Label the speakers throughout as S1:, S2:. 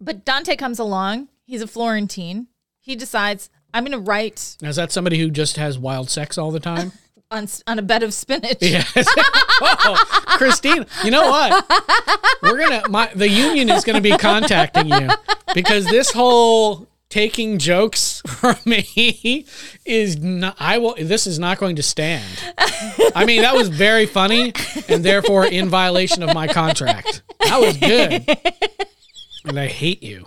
S1: but Dante comes along. He's a Florentine. He decides I'm going to write
S2: Now, is that somebody who just has wild sex all the time?
S1: on s- on a bed of spinach.
S2: Yes. oh, Christine, you know what? We're gonna my the union is gonna be contacting you because this whole taking jokes from me is not I will this is not going to stand. I mean, that was very funny and therefore in violation of my contract. That was good. And I hate you.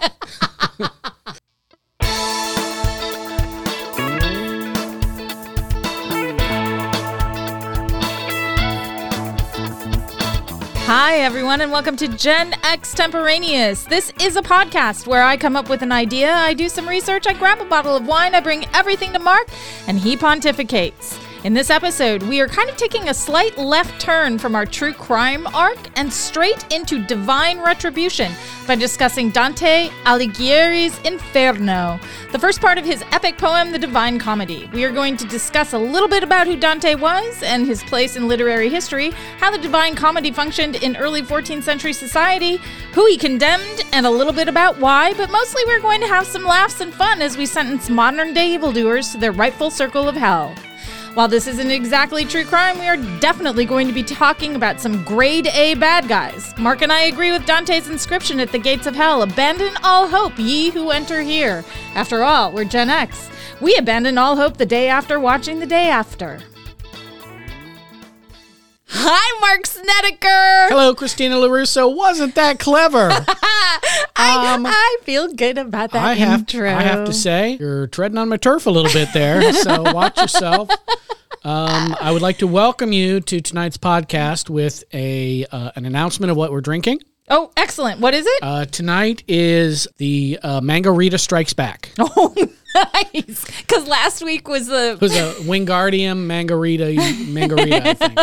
S1: Hi, everyone, and welcome to Gen Extemporaneous. This is a podcast where I come up with an idea, I do some research, I grab a bottle of wine, I bring everything to Mark, and he pontificates. In this episode, we are kind of taking a slight left turn from our true crime arc and straight into divine retribution by discussing Dante Alighieri's Inferno, the first part of his epic poem, The Divine Comedy. We are going to discuss a little bit about who Dante was and his place in literary history, how the Divine Comedy functioned in early 14th century society, who he condemned, and a little bit about why, but mostly we're going to have some laughs and fun as we sentence modern day evildoers to their rightful circle of hell. While this isn't exactly true crime, we are definitely going to be talking about some grade A bad guys. Mark and I agree with Dante's inscription at the gates of hell Abandon all hope, ye who enter here. After all, we're Gen X. We abandon all hope the day after watching the day after. Hi, Mark Snedeker!
S2: Hello, Christina LaRusso. Wasn't that clever? Um,
S1: I feel good about that
S2: I have,
S1: intro.
S2: I have to say, you're treading on my turf a little bit there, so watch yourself. Um, I would like to welcome you to tonight's podcast with a uh, an announcement of what we're drinking.
S1: Oh, excellent. What is it?
S2: Uh, tonight is the uh, Mangarita Strikes Back. It
S1: oh, nice. Because last week was the.
S2: was a Wingardium Mangarita, Mangarita, I think.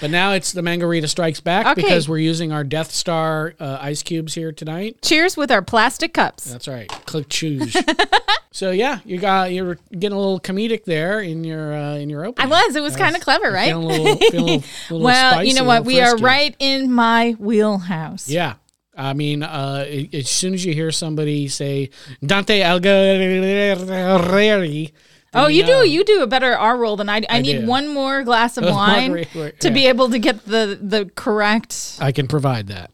S2: But now it's the Mangarita Strikes Back
S1: Oh. Okay.
S2: because we're using our Death Star uh, ice cubes here tonight.
S1: Cheers with our plastic cups.
S2: That's right. Click choose. so yeah, you got you're getting a little comedic there in your uh, in your
S1: I
S2: opening.
S1: was. It was kind of clever, right?
S2: Feeling a little, feeling a little, little
S1: well, you
S2: spicy,
S1: know
S2: a
S1: what?
S2: little
S1: We are
S2: frisky.
S1: right in my wheelhouse.
S2: Yeah. I mean, uh, i- as soon as you hear somebody say Dante Alighieri,
S1: oh, you
S2: know.
S1: do. You do a better R roll than I. do. I, need
S2: do.
S1: one more glass of wine
S2: wait, wait,
S1: to
S2: yeah.
S1: be able to get the the correct.
S2: I can provide that.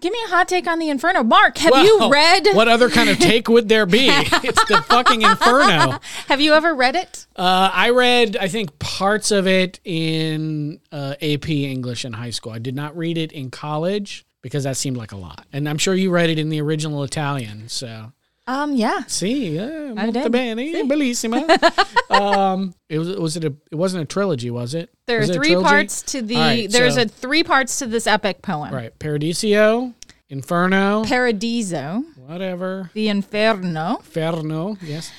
S1: Give me a hot take on the Inferno, Mark. Have
S2: Well,
S1: you read?
S2: What other kind of take would there be? it's the fucking inferno.
S1: Have you ever read it?
S2: Uh, I read, I think, parts of it in uh, AP English in high school. I did not read it in college because that seemed like a lot. And I'm sure you read it in the original Italian. So,
S1: Um, yeah.
S2: see, yeah,
S1: I
S2: molto
S1: did.
S2: bene, bellissima. um, it was, was it a? It wasn't a trilogy, was it?
S1: There are
S2: Was it a
S1: three
S2: trilogy?
S1: parts to the.
S2: All right,
S1: there's
S2: so-
S1: a three parts to this epic poem.
S2: All right, Paradiso, Inferno,
S1: Paradiso,
S2: whatever.
S1: the Inferno.
S2: Inferno, yes.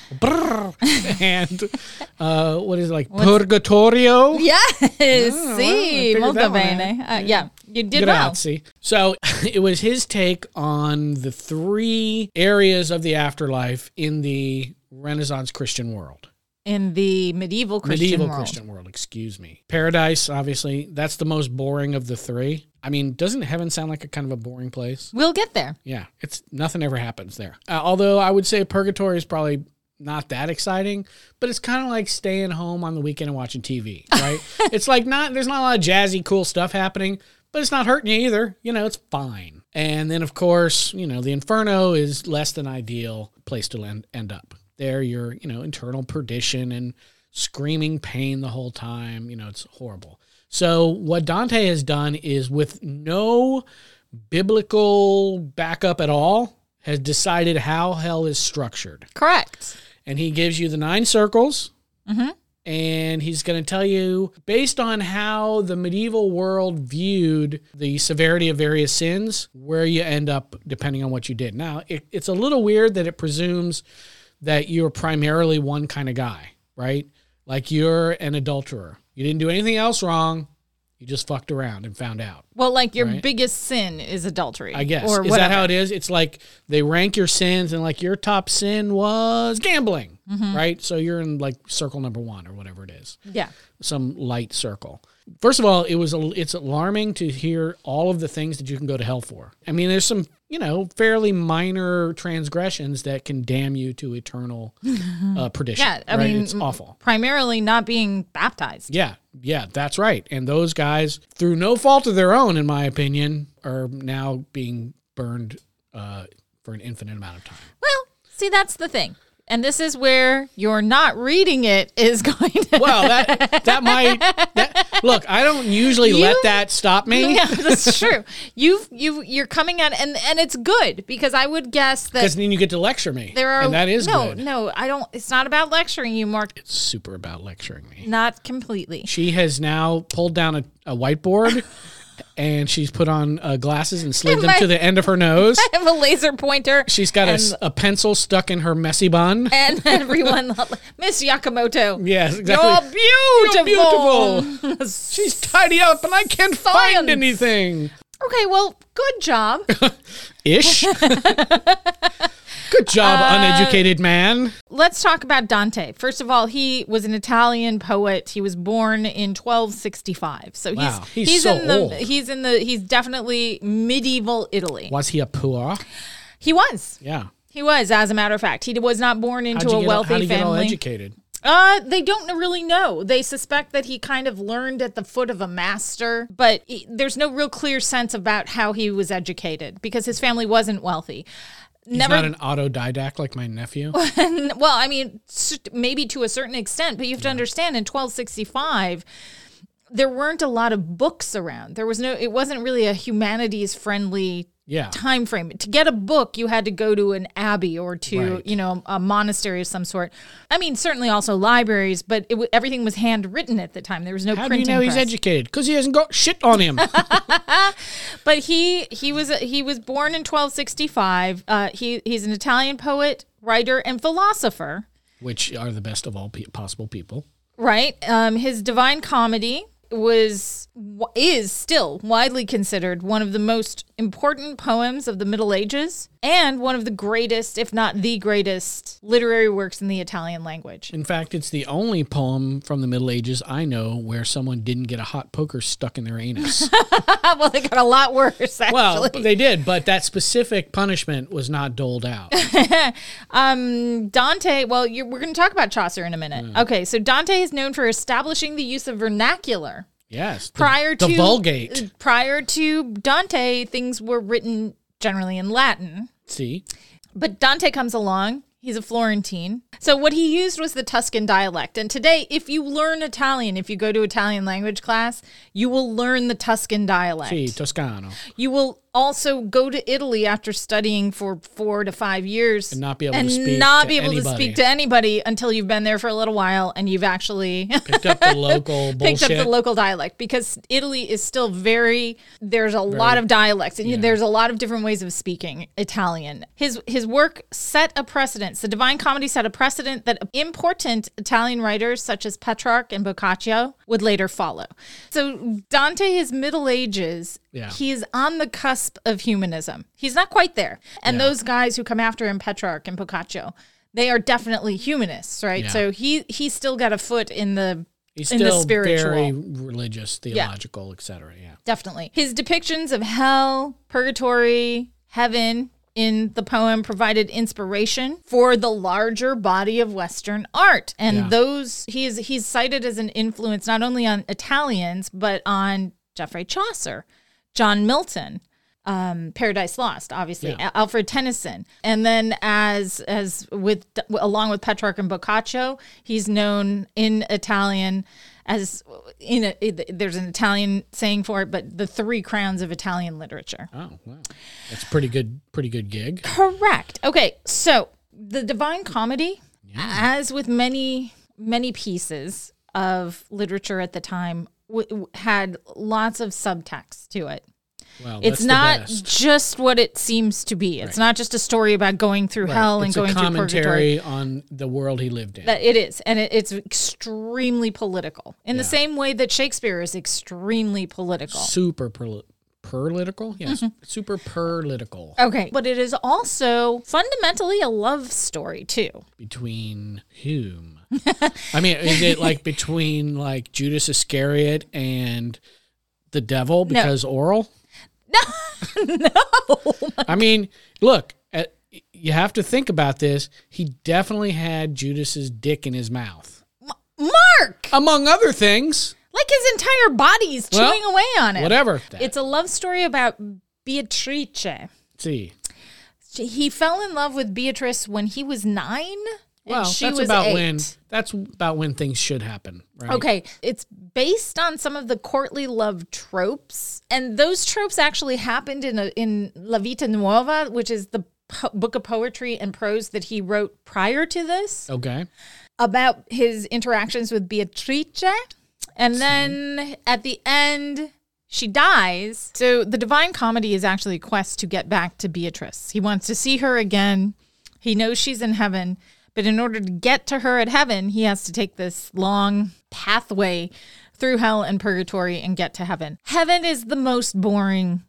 S2: Brrr. and uh, what is it like? Purgatorio.
S1: Yes,
S2: well, Oh, I
S1: see,
S2: figured
S1: molto
S2: that one
S1: bene. Uh, yeah, you did well.
S2: Grazie. So it was his take on the three areas of the afterlife in the Renaissance Christian world.
S1: in the medieval Christian
S2: medieval
S1: world.
S2: Christian world, excuse me. Paradise, obviously, that's the most boring of the three. I mean, doesn't heaven sound like a kind of a boring place?
S1: We'll get there.
S2: Yeah, it's nothing ever happens there. Uh, although I would say purgatory is probably not that exciting, but it's kind of like staying home on the weekend and watching TV, right? it's like not there's not a lot of jazzy cool stuff happening, but it's not hurting you either. You know, it's fine. And then of course, you know, the inferno is less than ideal place to end, end up. There you're, you know, internal perdition and screaming pain the whole time, you know, it's horrible. So what Dante has done is with no biblical backup at all has decided how hell is structured.
S1: Correct.
S2: And he gives you the nine circles. And he's going to tell you, based on how the medieval world viewed the severity of various sins, where you end up depending on what you did. Now, it, it's a little weird that it presumes that you're primarily one kind of guy, right? Like you're an adulterer. You didn't do anything else wrong. You just fucked around and found out.
S1: Well, like your
S2: Right.
S1: biggest sin is adultery.
S2: I guess.
S1: Or
S2: is
S1: whatever.
S2: that how it is? It's like they rank your sins and like your top sin was gambling,
S1: Mm-hmm.
S2: right? So you're in like circle number one or whatever it is,
S1: yeah.
S2: some light circle. First of all, it was a, it's alarming to hear all of the things that you can go to hell for. I mean, there's some you know, fairly minor transgressions that can damn you to eternal uh, perdition.
S1: Yeah, I
S2: right?
S1: mean,
S2: it's awful.
S1: Primarily not being baptized.
S2: Yeah, yeah, that's right. And those guys, through no fault of their own, in my opinion, are now being burned uh, for an infinite amount of time.
S1: Well, see, that's the thing. And this is where you're not reading it is going to.
S2: Well, that that might that, look. I don't usually let
S1: You-
S2: that stop me
S1: yeah, that's true. You've you you're coming at and and it's good because I would guess
S2: because
S1: that
S2: then you get to lecture me,
S1: there are
S2: and that is
S1: no
S2: good.
S1: no I don't. It's not about lecturing you, Mark.
S2: Super about lecturing me.
S1: Not completely.
S2: She has now pulled down a, a whiteboard. And she's put on uh, glasses and slid them
S1: My-
S2: to the end of her nose.
S1: I have a laser pointer.
S2: She's got a s- a, pencil stuck in her messy bun.
S1: and everyone, Miss Yakamoto.
S2: Yes,
S1: You're
S2: exactly.
S1: beautiful.
S2: beautiful. She's tidy up, and I can't
S1: Science.
S2: find anything.
S1: okay, well, good job.
S2: Ish. Good job,
S1: Uh,
S2: uneducated man.
S1: Let's talk about Dante. First of all, he was an Italian poet. He was born in 1265. So
S2: Wow,
S1: he's
S2: he's
S1: he's
S2: so
S1: in the
S2: old.
S1: he's in the he's definitely medieval Italy.
S2: Was he a poor?
S1: He was.
S2: Yeah.
S1: He was as a matter of fact. He was not born into
S2: How'd you
S1: a
S2: get-
S1: wealthy
S2: how'd you get all
S1: family.
S2: educated?
S1: Uh, they don't really know. They suspect that he kind of learned at the foot of a master, but he- there's no real clear sense about how he was educated because his family wasn't wealthy.
S2: He's
S1: Never,
S2: not an autodidact like my nephew.
S1: well, I mean, s- maybe to a certain extent, but you have to understand in 1265, there weren't a lot of books around. There was no, it wasn't really a humanities friendly
S2: Yeah.
S1: time frame. To get a book, you had to go to an abbey or to,
S2: Right.
S1: you know, a monastery of some sort. I mean, certainly also libraries, but it w- everything was handwritten at the time. There was no
S2: How do you
S1: printing
S2: know he's
S1: press.
S2: educated? Because he hasn't got shit on him.
S1: but he he was he was born in 1265. Uh, he he's an Italian poet, writer, and philosopher.
S2: Which are the best of all pe- possible people.
S1: Right. Um, his Divine Comedy was is still widely considered one of the most important poems of the Middle Ages and one of the greatest, if not the greatest, literary works in the Italian language.
S2: In fact, it's the only poem from the Middle Ages I know where someone didn't get a hot poker stuck in their anus.
S1: well, they got a lot worse actually.
S2: Well, they did, but that specific punishment was not doled out.
S1: Dante, well, you're, we're going to talk about Chaucer in a minute.
S2: Hmm.
S1: Okay, so Dante is known for establishing the use of vernacular.
S2: Yes. the-
S1: Prior
S2: the
S1: to
S2: Vulgate.
S1: prior to Dante, things were written generally in Latin.
S2: See,
S1: But Dante comes along. He's a Florentine. So what he used was the Tuscan dialect. And today, if you learn Italian, if you go to Italian language class, you will learn the Tuscan dialect.
S2: see, Toscano,
S1: You will also go to Italy after studying for four to five years and
S2: not be able to speak
S1: not
S2: to
S1: be able to
S2: anybody.
S1: speak to anybody until you've been there for a little while and you've actually
S2: picked up the local
S1: picked
S2: bullshit.
S1: up the local dialect because Italy is still very there's a lot of dialects and there's a lot of different ways of speaking Italian. His his work set a precedent. The Divine Comedy set a precedent that important Italian writers such as Petrarch and Boccaccio would later follow. So Dante is Middle Ages.
S2: Yeah.
S1: He is on the cusp of humanism. He's not quite there. And those guys who come after him Petrarch and Boccaccio they are definitely humanists, right?
S2: Yeah.
S1: So he he's still got a foot in the
S2: He's
S1: in
S2: still
S1: the spiritual.
S2: very religious, theological, etc. Yeah.
S1: Definitely. His depictions of hell, purgatory, heaven in the poem provided inspiration for the larger body of western art and
S2: Yeah.
S1: those he is he's cited as an influence not only on Italians but on Geoffrey Chaucer, John Milton, um, Paradise Lost, obviously
S2: Yeah.
S1: Al- Alfred Tennyson, and then as as with along with Petrarch and Boccaccio, he's known in Italian as in a, it- there's an Italian saying for it, but the three crowns of Italian literature.
S2: Oh, wow. That's pretty good. Pretty good gig.
S1: Correct. Okay, so the Divine Comedy, as with many many pieces of literature at the time, w- w- had lots of subtext to it.
S2: Well,
S1: It's
S2: that's
S1: not
S2: The best.
S1: just what it seems to be. It's not just a story about going through hell and
S2: it's
S1: going
S2: a
S1: through purgatory.
S2: commentary on the world he lived in.
S1: That it is, and it, it's extremely political. In the same way that Shakespeare is extremely political.
S2: super perli- political. Yes.
S1: Mm-hmm.
S2: Super political
S1: Okay, but it is also fundamentally a love story too.
S2: between whom? I mean, is it like between like Judas Iscariot and the devil because oral? I mean, look, uh, you have to think about this. He definitely had Judas's dick in his mouth,
S1: Mark!
S2: among other things.
S1: Like his entire body's
S2: Well,
S1: chewing away on it.
S2: Whatever.
S1: It's a love story about Beatrice.
S2: Let's see,
S1: He fell in love with Beatrice when he was nine. and
S2: well,
S1: she
S2: that's
S1: was
S2: about
S1: eight.
S2: when that's about when things should happen, right?
S1: Okay, it's based on some of the courtly love tropes, and those tropes actually happened in a, in La Vita Nuova, which is the po- book of poetry and prose that he wrote prior to this
S2: Okay.
S1: about his interactions with Beatrice. And then at the end, she dies. So the Divine Comedy is actually a quest to get back to Beatrice. He wants to see her again. He knows she's in heaven, but in order to get to her at heaven, he has to take this long pathway through hell and purgatory and get to heaven. Heaven is the most boring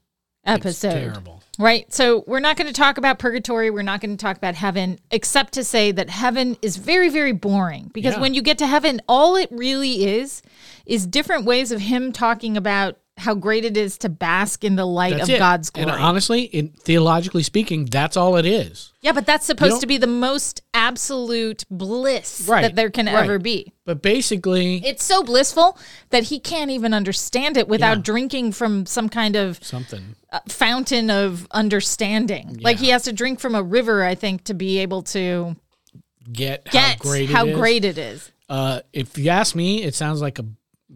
S1: episode.
S2: Terrible.
S1: Right. So we're not going to talk about purgatory. We're not going to talk about heaven, except to say that heaven is very, very boring because
S2: Yeah.
S1: when you get to heaven, all it really is is different ways of him talking about how great it is to bask in the light
S2: That's
S1: of
S2: it.
S1: God's glory.
S2: And honestly, in, theologically speaking, that's all it is.
S1: yeah, but that's supposed
S2: don't-
S1: to be the most absolute bliss
S2: Right,
S1: that there can
S2: right.
S1: ever be.
S2: But basically,
S1: It's so blissful that he can't even understand it without
S2: Yeah.
S1: drinking from some kind of uh,
S2: something.
S1: fountain of understanding. Like he has to drink from a river, I think, to be able to
S2: Get,
S1: get
S2: how great.
S1: how
S2: it is.
S1: great it is.
S2: Uh, if you ask me, it sounds like a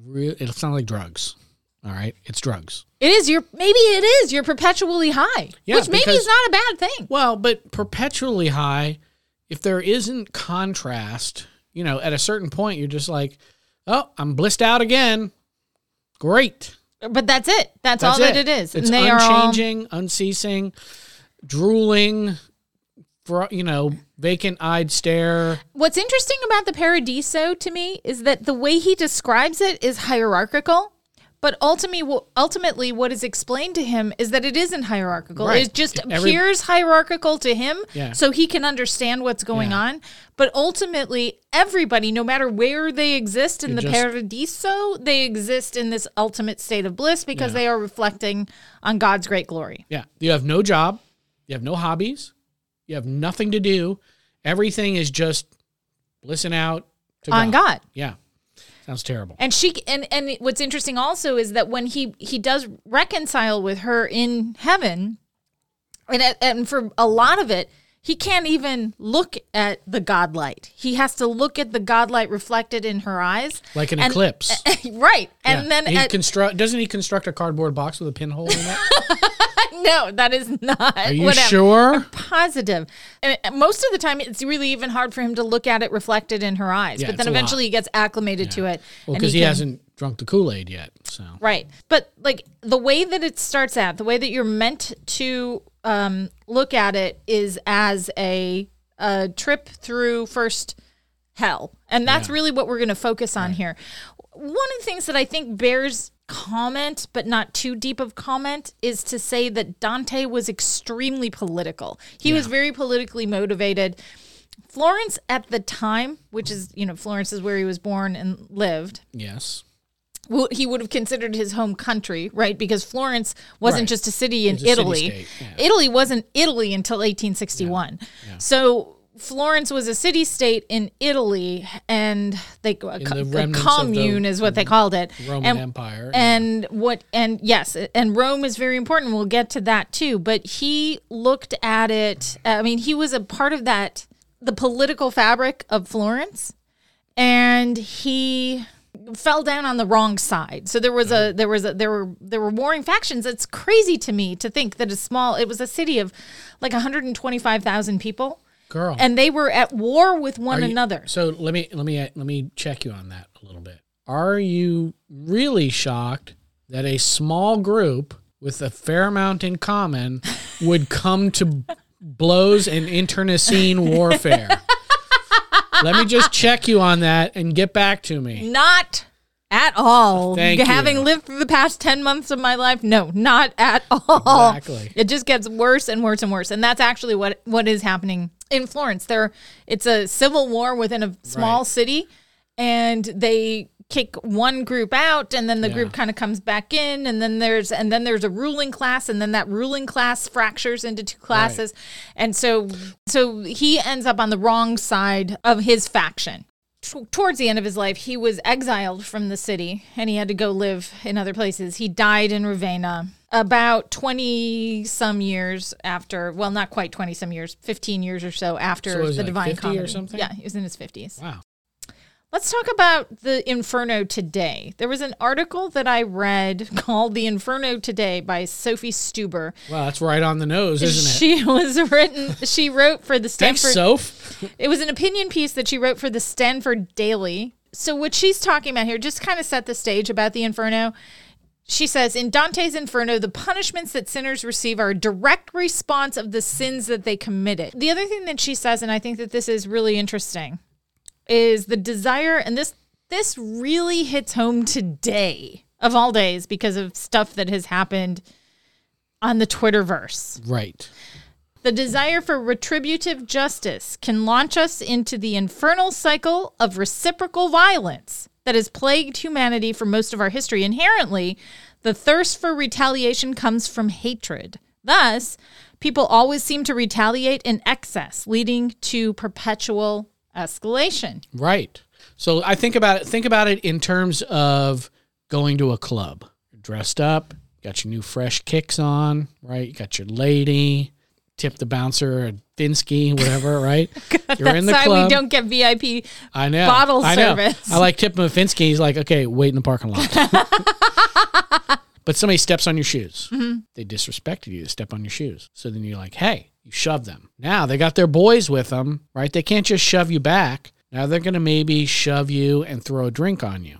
S2: real. It sounds like drugs. All right, it's drugs.
S1: It is your maybe it is you're perpetually high,
S2: Yeah,
S1: which maybe is
S2: because-
S1: not a bad thing.
S2: Well, but perpetually high. If there isn't contrast, you know, at a certain point, you're just like, oh, I'm blissed out again. Great.
S1: But that's it. That's, all that it is.
S2: It's
S1: and they are all
S2: unchanging, unceasing, drooling, fro- you know, vacant eyed stare.
S1: What's interesting about the Paradiso to me is that the way he describes it is hierarchical. But ultimately, ultimately, what is explained to him is that it isn't hierarchical.
S2: Right.
S1: It just
S2: Every-
S1: appears hierarchical to him,
S2: Yeah.
S1: so he can understand what's going
S2: Yeah.
S1: on. But ultimately, everybody, no matter where they exist in the
S2: just-
S1: Paradiso, they exist in this ultimate state of bliss because
S2: Yeah.
S1: they are reflecting on God's great glory.
S2: Yeah. You have no job. You have no hobbies. You have nothing to do. Everything is just listen out to
S1: On God.
S2: Yeah. Sounds terrible.
S1: and she and and what's interesting also is that when he he does reconcile with her in heaven and at- and for a lot of it he can't even look at the god light he has to look at the god light reflected in her eyes
S2: Like an
S1: and-
S2: eclipse.
S1: right and
S2: Yeah.
S1: then uh,
S2: he
S1: at,
S2: construct doesn't he construct a cardboard box with a pinhole in it?
S1: no that is not
S2: Are you
S1: whatever.
S2: sure?
S1: positive. And uh, most of the time, it's really even hard for him to look at it reflected in her eyes.
S2: Yeah,
S1: but then
S2: it's a lot.
S1: eventually he gets acclimated to it. and
S2: Well, because he,
S1: can-
S2: hasn't drunk the Kool Aid yet. So
S1: Right. But like the way that it starts out, the way that you're meant to um, look at it is as a, a trip through first hell. And that's really what we're going to focus on here. One of the things that I think bears comment, but not too deep of comment, is to say that Dante was extremely political. He was very politically motivated. Florence at the time, which is, you know, Florence is where he was born and lived
S2: yes.
S1: wo- he would have considered his home country, right? Because Florence wasn't
S2: Right.
S1: just a city in
S2: was a
S1: Italy.
S2: city-state, yeah.
S1: Italy wasn't Italy until 1861. So Florence was a city state in Italy, and they a, co-
S2: the
S1: a
S2: remnants of the
S1: commune is what they called it.
S2: Roman
S1: and,
S2: Empire.
S1: and what and yes and rome is very important we'll get to that too but he looked at it i mean he was a part of that the political fabric of florence and he fell down on the wrong side so there was a
S2: Mm-hmm.
S1: there was a there were there were warring factions it's crazy to me to think that a small it was a city of like 125000 people
S2: girl.
S1: and they were at war with one
S2: Are you-
S1: another
S2: So let me let me let me check you on that a little bit. Are you really shocked that a small group with a fair amount in common would come to blows and internecine warfare? let me just check you on that and get back to me.
S1: Not at all.
S2: Thank you.
S1: Having lived through the past 10 months of my life, no, not at all.
S2: Exactly.
S1: It just gets worse and worse and worse. And that's actually what what is happening in Florence. There it's a civil war within a small
S2: Right.
S1: city and they kick one group out and then the group
S2: Yeah.
S1: kind of comes back in and then there's and then there's a ruling class and then that ruling class fractures into two classes and so so he ends up on the wrong side of his faction T- towards the end of his life he was exiled from the city and he had to go live in other places he died in ravenna about 20 some years after well not quite 20 some years 15 years or so after
S2: So was
S1: the
S2: he like
S1: divine
S2: 50 or
S1: comedy
S2: something?
S1: yeah he was in his 50s
S2: Wow.
S1: Let's talk about the Inferno today. There was an article that I read called The Inferno Today by Sophie Stuber.
S2: Well, that's right on the nose, isn't it?
S1: She was written she wrote for the
S2: Thanks,
S1: Stanford
S2: Soph.
S1: It was an opinion piece that she wrote for the Stanford Daily. So what she's talking about here just kind of set the stage about the Inferno. She says in Dante's Inferno, the punishments that sinners receive are a direct response of the sins that they committed. The other thing that she says, and I think that this is really interesting, is the desire, and this this really hits home today of all days because of stuff that has happened on the Twitterverse.
S2: Right.
S1: The desire for retributive justice can launch us into the infernal cycle of reciprocal violence that has plagued humanity for most of our history. Inherently, the thirst for retaliation comes from hatred. Thus, people always seem to retaliate in excess, leading to perpetual escalation.
S2: Right. So I think about it. Think about it in terms of going to a club, You're dressed up, got your new fresh kicks on, right? You got your lady, tip the bouncer a Finsky, whatever, right? You're in the
S1: That's why we
S2: club.
S1: don't get VIP.
S2: I know.
S1: bottle
S2: I know.
S1: service.
S2: I like tip him a Finsky. He's like, okay, wait in the parking lot. but somebody steps on your shoes.
S1: Mm-hmm.
S2: They disrespected you to step on your shoes. So then you're like, hey, you shove them. Now they got their boys with them, right? They can't just shove you back. Now they're going to maybe shove you and throw a drink on you.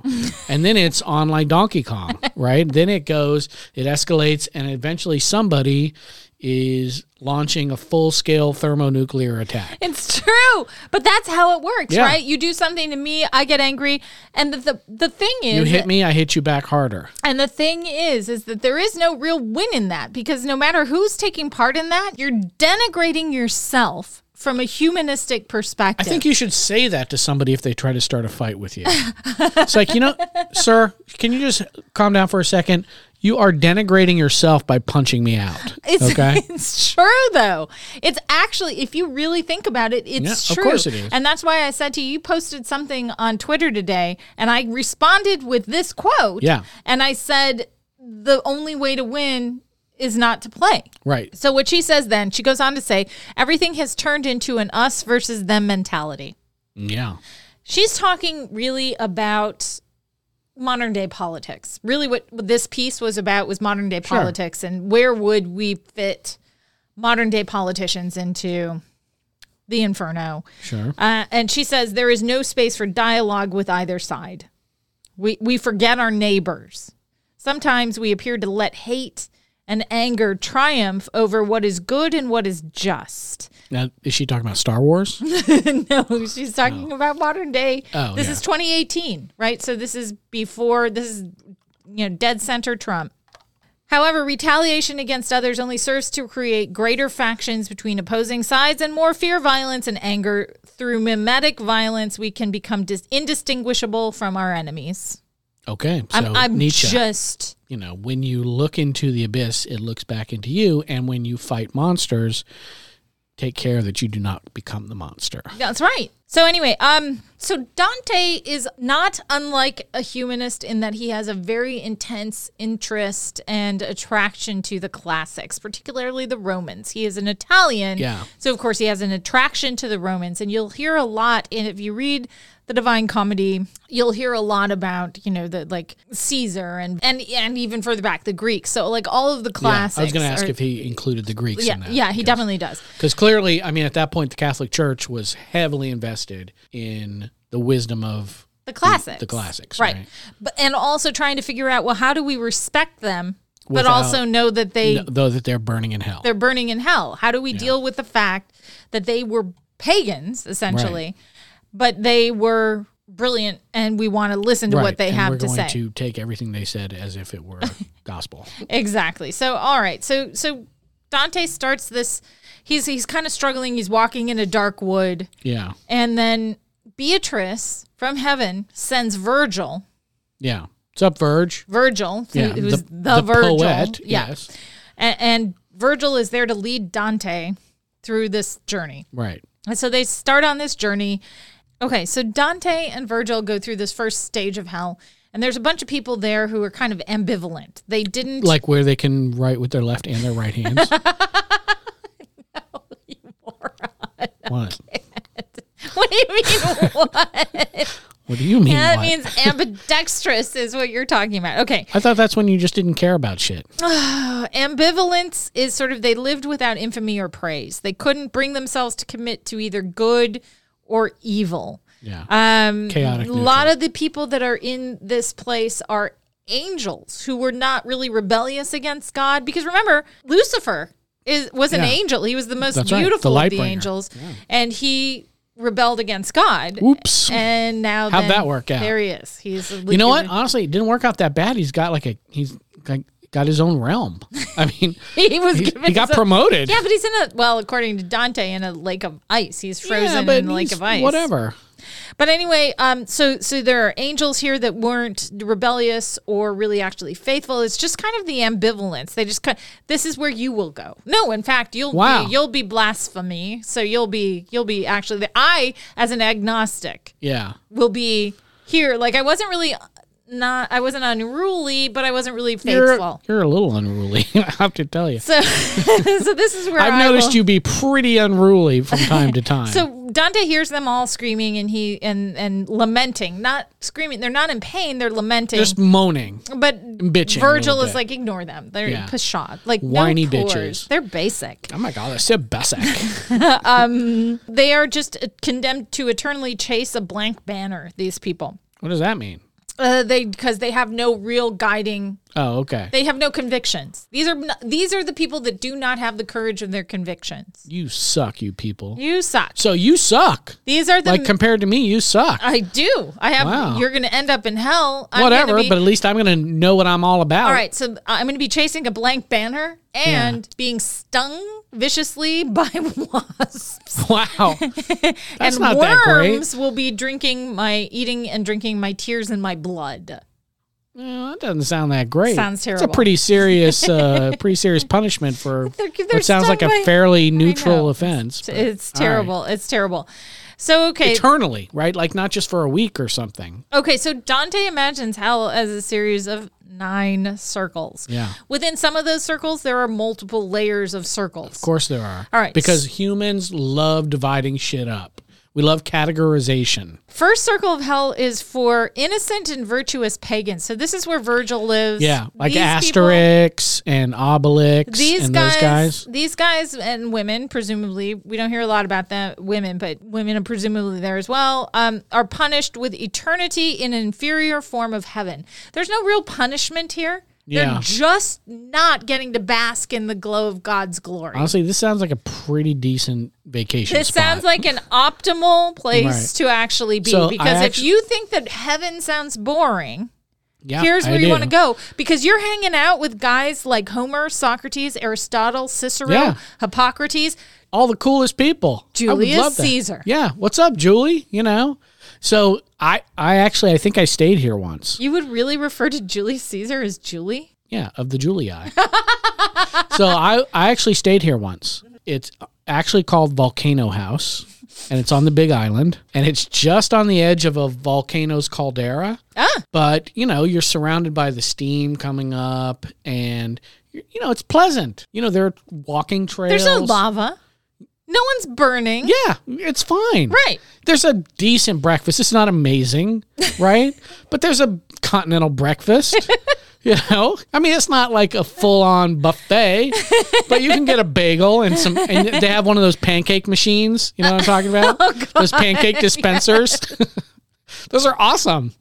S2: and then it's on like Donkey Kong, right? then it goes, it escalates, and eventually somebody is launching a full scale thermonuclear attack.
S1: It's true, but that's how it works,
S2: Yeah.
S1: right? You do something to me, I get angry, and the the, the thing is,
S2: You hit me, I hit you back harder.
S1: And the thing is, is that there is no real win in that because no matter who's taking part in that, you're denigrating yourself from a humanistic
S2: I
S1: perspective.
S2: think you should say that to somebody if they try to start a fight with you. it's like, you know, sir, can you just calm down for a second? You are denigrating yourself by punching me out.
S1: it's,
S2: okay.
S1: it's true though. It's actually, if you really think about it, it's
S2: Yeah, of
S1: true.
S2: course it is.
S1: And that's why I said to you, you posted something on Twitter today, and I responded with this quote.
S2: Yeah.
S1: And I said, the only way to win is not to play.
S2: Right.
S1: So what she says then, she goes on to say, everything has turned into an us versus them mentality.
S2: Yeah.
S1: She's talking really about modern day politics. Really what this piece was about was modern day politics and where would we fit modern day politicians into the inferno.
S2: Sure.
S1: Uh, and she says there is no space for dialogue with either side. We we forget our neighbors. Sometimes we appear to let hate and anger triumph over what is good and what is just.
S2: Now, is she talking about Star Wars?
S1: no, she's talking about modern day.
S2: Oh,
S1: this
S2: yeah.
S1: is 2018, right? So this is before this is you know dead center Trump. However, retaliation against others only serves to create greater factions between opposing sides and more fear, violence, and anger. Through mimetic violence, we can become dis- indistinguishable from our enemies.
S2: Okay. So,
S1: I'm, I'm
S2: Nietzsche,
S1: just
S2: you know, when you look into the abyss, it looks back into you. And when you fight monsters, take care that you do not become the monster.
S1: That's right. So anyway, um, so Dante is not unlike a humanist in that he has a very intense interest and attraction to the classics, particularly the Romans. He is an Italian,
S2: Yeah.
S1: So of course he has an attraction to the Romans, and you'll hear a lot. And if you read the Divine Comedy, you'll hear a lot about you know the like Caesar and and and even further back the Greeks. So like all of the
S2: Yeah.
S1: classics.
S2: I was going to ask
S1: are-
S2: if he included the Greeks
S1: yeah,
S2: in that.
S1: yeah, he definitely does.
S2: Because clearly, I mean, at that point, the Catholic Church was heavily invested in the wisdom of
S1: the classics
S2: the classics, right.
S1: but and also trying to figure out well how do we respect them but
S2: Without-
S1: also know that they
S2: though that they're burning in hell.
S1: they're burning in hell how do we deal with the fact that they were pagans essentially but they were brilliant and we want to listen to
S2: Right,
S1: what they
S2: and
S1: have
S2: we're
S1: to
S2: going
S1: say
S2: to take everything they said as if it were gospel.
S1: exactly so all right so so dante starts this he's he's kind of struggling he's walking in a dark wood
S2: Yeah,
S1: And then Beatrice from heaven sends Virgil
S2: Yeah. What's up, Verge?
S1: Virgil, who,
S2: Yeah.
S1: who's the, Virgil.
S2: poet,
S1: yeah.
S2: Yes.
S1: And, and Virgil is there to lead Dante through this journey.
S2: Right.
S1: And so they start on this journey. Okay, so Dante and Virgil go through this first stage of hell. And there's a bunch of people there who are kind of ambivalent. They didn't
S2: Like where they can write with their left and their right hands. What?
S1: What do you mean? What?
S2: What do you mean?
S1: that
S2: what?
S1: means ambidextrous is what you're talking about. Okay.
S2: I thought that's when you just didn't care about shit.
S1: Ambivalence is sort of they lived without infamy or praise. They couldn't bring themselves to commit to either good or evil.
S2: Yeah.
S1: Um,
S2: Chaotic
S1: A lot of the people that are in this place are angels who were not really rebellious against God. Because remember, Lucifer is was an
S2: Yeah.
S1: angel. He was the most
S2: That's right, the
S1: beautiful
S2: light
S1: of the
S2: bringer.
S1: angels, and he rebelled against God.
S2: Oops.
S1: And now
S2: How'd
S1: then,
S2: that work out?
S1: There he is. He's a
S2: you know what? Honestly, it didn't work out that bad. He's got like a he's like got his own realm. I mean,
S1: He was
S2: he,
S1: given
S2: he got
S1: his own-
S2: promoted.
S1: Yeah, but he's in a well, according to Dante, in a lake of ice. He's
S2: Yeah,
S1: frozen
S2: but
S1: in a lake
S2: he's-
S1: of ice.
S2: Whatever.
S1: But anyway, um, so so there are angels here that weren't rebellious or really actually faithful. It's just kind of the ambivalence. They just kind this is where you will go. No, in fact, you'll
S2: Wow.
S1: be, you'll be blasphemy. So you'll be you'll be actually the, I as an agnostic
S2: Yeah.
S1: will be here. Like I wasn't really not I wasn't unruly, but I wasn't really
S2: You're,
S1: faithful.
S2: you're a little unruly. I have to tell you.
S1: So so this is where
S2: I've
S1: I
S2: noticed
S1: will-
S2: you be pretty unruly from time to time.
S1: So Dante hears them all screaming and he and and lamenting, not screaming. They're not in pain. They're lamenting.
S2: just moaning.
S1: but
S2: bitching a
S1: Virgil
S2: little
S1: is
S2: bit.
S1: like, ignore them. They're
S2: Yeah.
S1: pshaw. Like
S2: Whiny
S1: no pores.
S2: bitches.
S1: They're basic.
S2: Oh my god, that's so Basak.
S1: They are just uh, condemned to eternally chase a blank banner. These people.
S2: what does that mean?
S1: Uh, they because they have no real guiding.
S2: Oh, okay.
S1: They have no convictions. These are not, these are the people that do not have the courage of their convictions.
S2: you suck, you people.
S1: You suck.
S2: so you suck.
S1: These are the.
S2: Like compared to me, you suck.
S1: I do. I have.
S2: Wow.
S1: You're going to end up in hell. I'm gonna
S2: Whatever,
S1: be-
S2: but at least I'm gonna know what I'm all about.
S1: All right, so I'm going to be chasing a blank banner and being stung viciously by wasps.
S2: Wow. That's
S1: and
S2: not that great.
S1: worms will be drinking my eating and drinking my tears and my blood.
S2: Well, that doesn't sound that great.
S1: Sounds
S2: It's
S1: terrible.
S2: a pretty serious, uh, pretty serious punishment for
S1: They're- they're
S2: what sounds like
S1: stung
S2: a
S1: by-
S2: fairly neutral
S1: know.
S2: offense. but
S1: It's
S2: all right.
S1: terrible. It's terrible. So okay,
S2: Eternally, right? Like not just for a week or something.
S1: Okay, so Dante imagines hell as a series of nine circles.
S2: Yeah.
S1: Within some of those circles, there are multiple layers of circles.
S2: Of course there are.
S1: All right.
S2: Because humans love dividing shit up. We love categorization.
S1: First circle of hell is for innocent and virtuous pagans. So this is where Virgil lives.
S2: Yeah. Like
S1: These people-
S2: Asterix and Obelix
S1: these
S2: and
S1: guys,
S2: those guys.
S1: these guys and women, presumably, we don't hear a lot about them, women, but women are presumably there as well, um, are punished with eternity in an inferior form of heaven. There's no real punishment here.
S2: Yeah.
S1: They're just not getting to bask in the glow of God's glory.
S2: Honestly, this sounds like a pretty decent vacation.
S1: This
S2: spot.
S1: sounds like an optimal place
S2: Right.
S1: to actually be
S2: So I
S1: because if
S2: actu-
S1: you think that heaven sounds boring,
S2: yeah,
S1: here's
S2: I
S1: where you
S2: do.
S1: want to go because you're hanging out with guys like Homer, Socrates, Aristotle, Cicero,
S2: Yeah.
S1: Hippocrates.
S2: all the coolest people. I would
S1: Julius
S2: love that.
S1: Caesar.
S2: Yeah, what's up, Julie? You know, so I I actually I think I stayed here once.
S1: You would really refer to Julius Caesar as Julie?
S2: Yeah, of the Julii. so I I actually stayed here once. It's actually called Volcano House, and it's on the Big Island, and it's just on the edge of a volcano's caldera.
S1: Ah.
S2: But you know, you're surrounded by the steam coming up, and you you know it's pleasant. You know there are walking trails.
S1: There's no lava. No one's burning.
S2: Yeah, it's fine.
S1: Right.
S2: There's a decent breakfast. It's not amazing, right? but there's a continental breakfast. You know, I mean, it's not like a full-on buffet, but you can get a bagel and some. And they have one of those pancake machines. You know what I'm talking about?
S1: Oh,
S2: those pancake dispensers. those are awesome.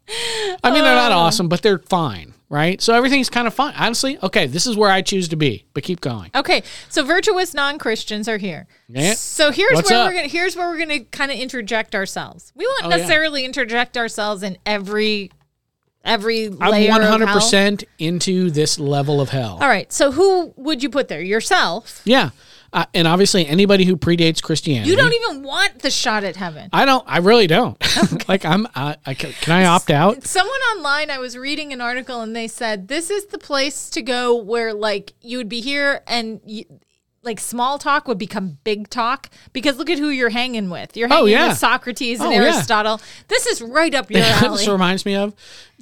S2: I mean, they're not
S1: Oh.
S2: awesome, but they're fine, right? So everything's kind of fine. Honestly, okay, this is where I choose to be. But keep going.
S1: Okay, so virtuous non-Christians are here.
S2: Yeah.
S1: So here's
S2: What's
S1: where
S2: up?
S1: we're gonna here's where we're gonna kind of interject ourselves. We won't
S2: Oh, yeah.
S1: necessarily interject ourselves in every every
S2: I'm
S1: layer. of hell.
S2: 100% into this level of hell.
S1: All right. So who would you put there? Yourself.
S2: Yeah. uh, and obviously anybody who predates Christianity.
S1: You don't even want the shot at heaven.
S2: I don't. I really don't. like I'm. I, I can, can I opt out?
S1: Someone online, I was reading an article and they said this is the place to go where like you would be here and you, like small talk would become big talk because look at who you're hanging with. You're hanging
S2: Oh, yeah.
S1: with Socrates and
S2: Oh, yeah.
S1: Aristotle. This is right up your alley.
S2: this reminds me of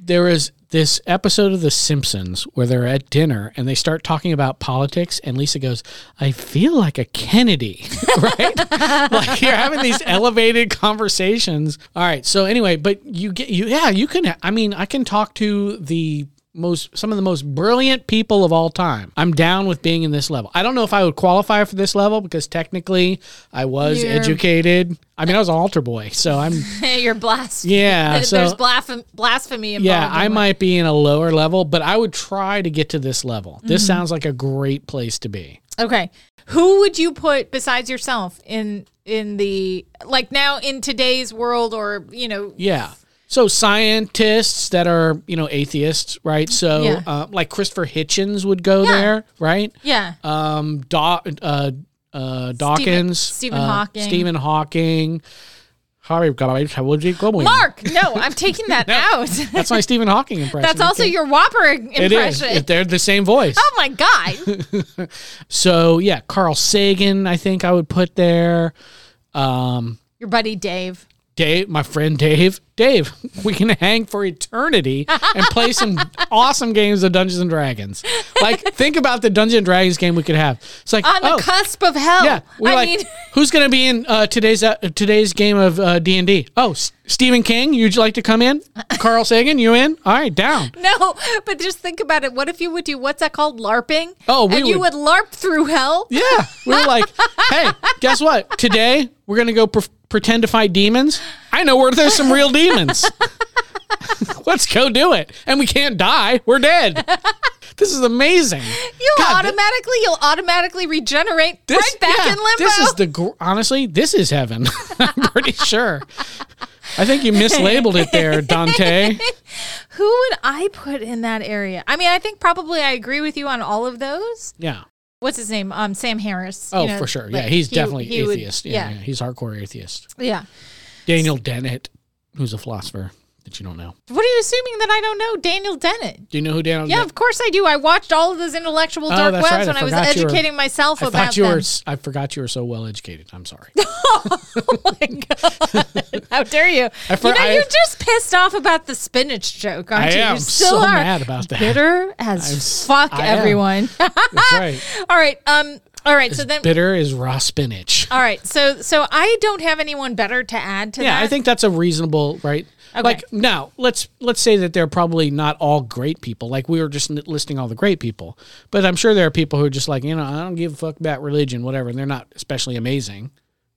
S2: there is this episode of The Simpsons where they're at dinner and they start talking about politics and Lisa goes, "I feel like a Kennedy," right? like you're having these elevated conversations. All right. So anyway, but you get you yeah you can. ha- I mean, I can talk to the most some of the most brilliant people of all time. I'm down with being in this level. I don't know if I would qualify for this level because technically I was
S1: You're-
S2: educated. I mean, I was an altar boy, so I'm
S1: you're blas-
S2: yeah.
S1: there-
S2: so
S1: There's blasphemy, blasphemy involved.
S2: yeah, I
S1: in
S2: might be in a lower level, but I would try to get to this level.
S1: Mm-hmm.
S2: This sounds like a great place to be.
S1: what- Okay. Who would you put besides yourself in in the like now in today's world or you know
S2: Yeah. So scientists that are you know atheists, right? So
S1: Yeah.
S2: uh, like Christopher Hitchens would go
S1: Yeah.
S2: there, right?
S1: yeah
S2: Um, Daw uh, uh, Dawkins,
S1: Stephen
S2: uh,
S1: Hawking.
S2: Stephen Hawking. Harry, God, I would be going.
S1: Mark? No, I'm taking that out.
S2: That's my Stephen Hawking impression.
S1: That's also your Whopper impression.
S2: it is. If they're the same voice.
S1: Oh my god!
S2: So yeah, Carl Sagan, I think I would put there. Um,
S1: Your buddy Dave.
S2: Dave, my friend Dave, Dave, we can hang for eternity and play some awesome games of Dungeons and Dragons. Like, think about the Dungeons and Dragons game we could have. It's like,
S1: On the
S2: oh,
S1: cusp of hell.
S2: yeah, we're
S1: I
S2: like,
S1: mean,
S2: who's going to be in uh, today's uh, today's game of uh, D and D? Oh, S- Stephen King, you'd like to come in? Carl Sagan, you in? All right, down.
S1: no, but just think about it. What if you would do what's that called? LARPing?
S2: Oh, we
S1: and you would
S2: would-
S1: LARP through hell?
S2: Yeah, we were like, hey, guess what? Today we're gonna go pre- pretend to fight demons. I know where there's some real demons. Let's go do it, and we can't die. We're dead. This is amazing.
S1: You'll
S2: God, thi-
S1: automatically, you'll automatically regenerate
S2: This,
S1: right back
S2: yeah,
S1: in limbo.
S2: This is the gr- honestly, this is heaven. I'm pretty sure. I think you mislabeled it there, Dante.
S1: Who would I put in that area? I mean, I think probably I agree with you on all of those.
S2: Yeah.
S1: What's his name? Um, Sam Harris. you
S2: Oh,
S1: know,
S2: for sure.
S1: like,
S2: yeah, he's
S1: he-
S2: definitely
S1: he would-
S2: atheist. yeah, yeah, he's hardcore atheist.
S1: yeah, yeah.
S2: Daniel Dennett, who's a philosopher that you don't know.
S1: What are you assuming that I don't know? Daniel Dennett.
S2: Do you know who Daniel?
S1: Yeah, of course I do. I watched all of those intellectual
S2: Oh,
S1: dark
S2: that's
S1: webs
S2: right. I
S1: when I, was
S2: forgot you were-
S1: educating myself
S2: I
S1: about
S2: thought you
S1: them.
S2: were. I forgot you were so well educated. I'm sorry.
S1: How dare you?
S2: for-
S1: you know,
S2: I-
S1: you're just pissed off about the spinach joke, aren't
S2: I
S1: you?
S2: am
S1: you still
S2: so
S1: are
S2: mad about that.
S1: Bitter as fuck,
S2: I am.
S1: everyone.
S2: That's right.
S1: all right. Um. All right. So then.
S2: Bitter is raw spinach.
S1: All right. So so I don't have anyone better to add to
S2: Yeah,
S1: that.
S2: I think that's a reasonable right. Like now, let's let's say that they're probably not all great people. Like we were just n- listing all the great people, but I'm sure there are people who are just like you know I don't give a fuck about religion, whatever, and they're not especially amazing,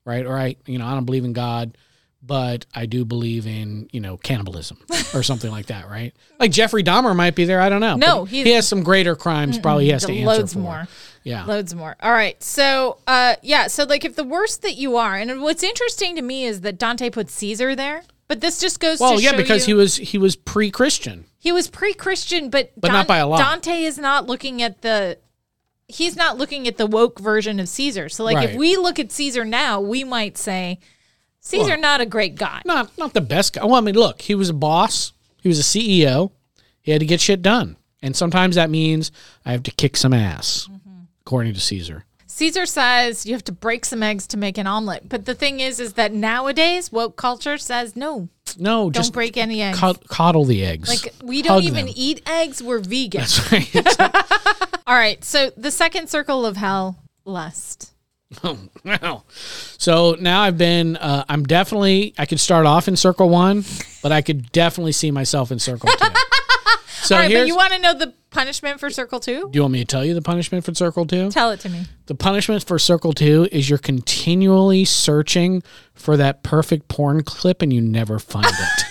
S2: right? Or I you know I don't believe in God, but I do believe in you know cannibalism or something like that, right? Like Jeffrey Dahmer might be there. I don't know.
S1: No,
S2: but
S1: he's-
S2: he has some greater crimes. Probably he has to answer
S1: loads
S2: for.
S1: more.
S2: Yeah.
S1: Loads more. All right. So, uh, yeah. So, like, if the worst that you are, and what's interesting to me is that Dante put Caesar there, but this just goes
S2: Well,
S1: to
S2: yeah,
S1: show
S2: because
S1: you-
S2: he was he was pre-Christian.
S1: He was pre-Christian, but
S2: But not by a lot.
S1: Dante is not looking at the he's not looking at the woke version of Caesar. So like if
S2: Right.
S1: we look at Caesar now, we might say Caesar not a great god.
S2: Not not the best guy. Well, I mean, look, he was a boss. He was a CEO. He had to get shit done, and sometimes that means I have to kick some ass,
S1: Mm-hmm.
S2: according to Caesar.
S1: Caesar says you have to break some eggs to make an omelet. But the thing is is that nowadays woke culture says no,
S2: No,
S1: don't
S2: just
S1: break any eggs.
S2: cod- coddle the eggs.
S1: like we don't
S2: hug
S1: even
S2: them.
S1: eat eggs, we're vegan.
S2: That's right.
S1: All right. So the second circle of hell, lust.
S2: oh, wow. So now I've been. Uh, I'm definitely. I could start off in circle one, but I could definitely see myself in circle two. So
S1: All right, but
S2: here's.
S1: you want to know the punishment for circle 2?
S2: do you want me to tell you the punishment for circle two?
S1: Tell it to me.
S2: The punishment for circle two is you're continually searching for that perfect porn clip and you never find it.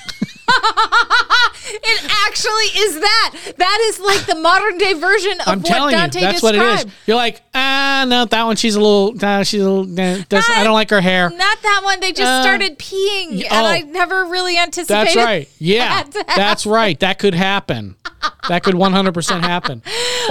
S1: It actually is that. That is like the modern day version of
S2: I'm
S1: what
S2: telling
S1: Dante
S2: you, that's what
S1: described.
S2: it is. You're like, ah, no, that one. She's a little. Nah, she's a little. Nah, that's, I don't like her hair.
S1: Not that one. They just
S2: Uh,
S1: started peeing,
S2: y-
S1: and
S2: oh.
S1: I never really anticipated.
S2: That's right. Yeah,
S1: That.
S2: that's right. That could happen. That could 100% happen.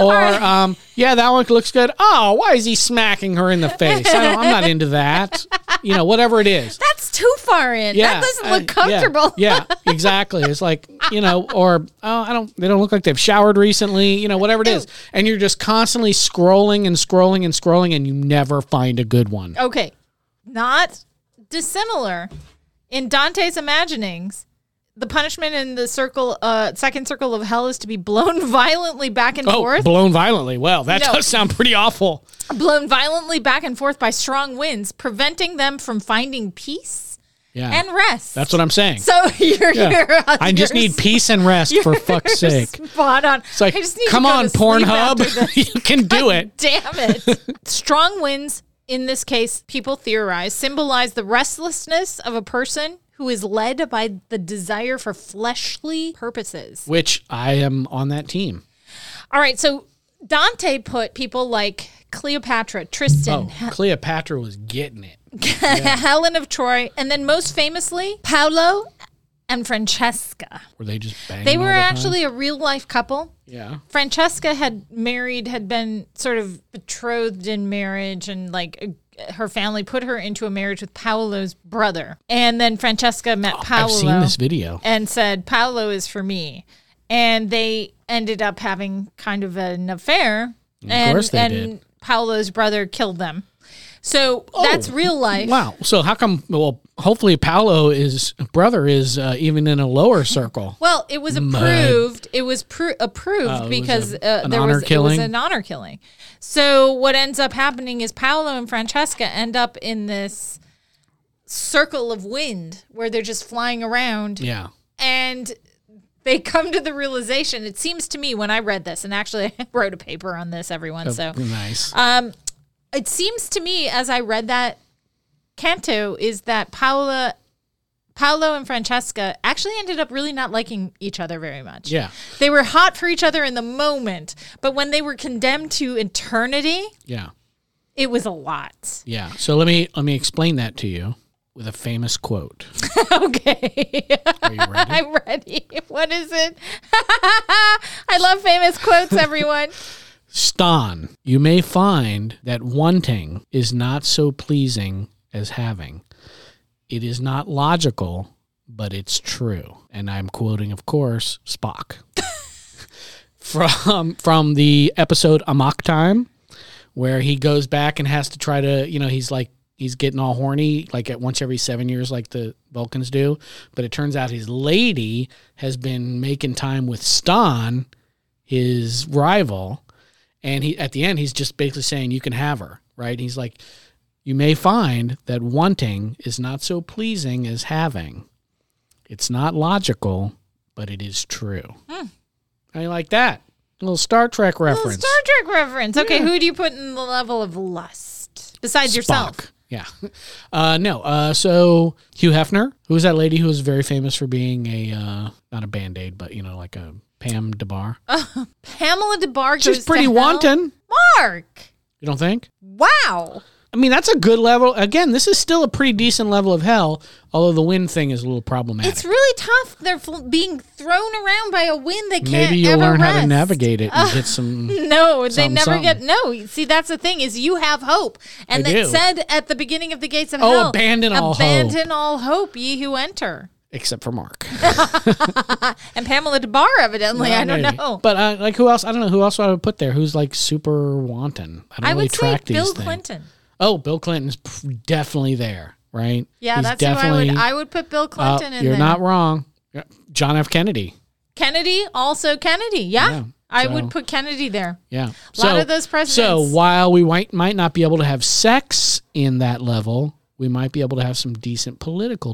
S2: Or, um, yeah, that one looks good. Oh, why is he smacking her in the face? I don't, I'm not into that. You know, whatever it is.
S1: That's too far in.
S2: Yeah,
S1: that doesn't
S2: uh,
S1: look comfortable.
S2: Yeah, yeah, exactly. It's like you know, or oh, I don't. They don't look like they've showered recently. You know, whatever it is, and you're just constantly scrolling and scrolling and scrolling, and you never find a good one.
S1: Okay. Not dissimilar in Dante's imaginings. The punishment in the circle, uh, second circle of hell, is to be blown violently back and
S2: Oh,
S1: forth,
S2: blown violently. Well, that
S1: No.
S2: does sound pretty awful.
S1: blown violently back and forth by strong winds, preventing them from finding peace
S2: Yeah,
S1: and rest.
S2: that's what I'm saying.
S1: so you're,
S2: Yeah.
S1: you're
S2: I just
S1: you're
S2: need peace and rest for fuck's sake.
S1: Spot on.
S2: It's like,
S1: I just need to
S2: come
S1: go
S2: on,
S1: to sleep after this.
S2: Pornhub, you can do it.
S1: Damn it. Strong winds, in this case, people theorize, symbolize the restlessness of a person who is led by the desire for fleshly purposes.
S2: Which I am on that team.
S1: All right, so Dante put people like Cleopatra, Tristan,
S2: Oh, Cleopatra was getting it.
S1: Helen of Troy, and then most famously, Paolo and Francesca.
S2: Were they just banging?
S1: They were
S2: all the time?
S1: actually a real life couple.
S2: yeah.
S1: Francesca had married, had been sort of betrothed in marriage, and like uh, her family put her into a marriage with Paolo's brother. And then Francesca met Paolo
S2: I've seen this video.
S1: and said, Paolo is for me. And they ended up having kind of an affair. and
S2: course they
S1: and
S2: did. Oh,
S1: Paolo's brother killed them. So that's real life.
S2: Wow. So how come? Well, hopefully Paolo is brother is uh, even in a lower circle.
S1: Well, it was approved. It was pr- approved
S2: Oh, was
S1: because
S2: a-
S1: uh,
S2: an
S1: there
S2: honor
S1: was it
S2: killing?
S1: was an honor killing. So what ends up happening is Paolo and Francesca end up in this circle of wind where they're just flying around
S2: Yeah.
S1: and they come to the realization it seems to me when I read this and actually I wrote a paper on this everyone so
S2: Nice.
S1: it seems to me as I read that canto is that Paola Paolo and Francesca actually ended up really not liking each other very much.
S2: yeah.
S1: They were hot for each other in the moment, but when they were condemned to eternity,
S2: Yeah.
S1: it was a lot.
S2: Yeah. So let me let me explain that to you with a famous quote.
S1: Okay.
S2: Are you ready?
S1: I'm ready. What is it? I love famous quotes, everyone.
S2: Stan, you may find that wanting is not so pleasing as having. It is not logical, but it's true. And I'm quoting, of course, Spock from from the episode Amok Time, where he goes back and has to try to, you know, he's like he's getting all horny like at once every seven years like the Vulcans do. But it turns out his lady has been making time with Stan, his rival and he at the end he's just basically saying you can have her right he's like you may find that wanting is not so pleasing as having it's not logical but it is true i like that a little star trek
S1: Hmm. Little
S2: reference
S1: Star Trek reference. Okay, who do you put in the level of lust besides yourself?
S2: Spock. yeah uh no uh so hugh hefner who was that lady who was very famous for being a uh not a band-aid but you know like a pam debar
S1: Oh, Pamela DeBarge.
S2: she's pretty wanton
S1: Mark.
S2: you don't think
S1: Wow.
S2: I mean, that's a good level. Again, this is still a pretty decent level of hell, although the wind thing is a little problematic.
S1: It's really tough. They're fl- being thrown around by a wind they can't
S2: Maybe you'll
S1: ever
S2: learn how to
S1: rest.
S2: navigate it and get some.
S1: No, they
S2: Something,
S1: never
S2: something.
S1: get. No, see, that's the thing is you have hope, and
S2: I
S1: it
S2: do.
S1: said at the beginning of the gates of
S2: Oh,
S1: hell,
S2: abandon all hope.
S1: abandon all hope, ye who enter.
S2: Except for Mark.
S1: And Pamela DeBar, evidently, I don't
S2: Maybe.
S1: know.
S2: But uh, like, who else? I don't know who else I would put there. Who's like super wanton? I don't
S1: I
S2: really
S1: would say
S2: track these
S1: Bill
S2: things.
S1: Clinton.
S2: Oh, Bill Clinton's p- definitely there, right?
S1: Yeah,
S2: He's
S1: that's who I
S2: definitely.
S1: would. I would put Bill
S2: uh,
S1: Clinton in
S2: you're
S1: there.
S2: not wrong. Yeah. John F. Kennedy.
S1: Kennedy, also Kennedy. Yeah,
S2: Yeah,
S1: I
S2: so-
S1: would put Kennedy there.
S2: Yeah.
S1: A lot of those presidents.
S2: So while we might might not be able to have sex in that level, we might be able to have some decent political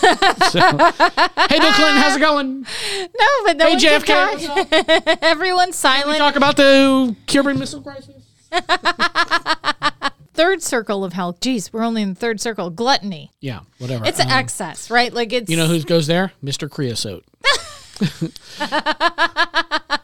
S2: so, hey, Bill Clinton, how's it going?
S1: No, but no
S2: Hey,
S1: one can
S2: JFK,
S1: talk.
S2: what's up?
S1: Everyone's
S2: we
S1: silent.
S2: talk about the Cuban Missile Crisis.
S1: Third circle of hell. Geez, we're only in the third circle. Gluttony.
S2: Yeah, whatever.
S1: It's
S2: Um,
S1: excess, right? Like it's
S2: you know who goes there? Mr. Creosote.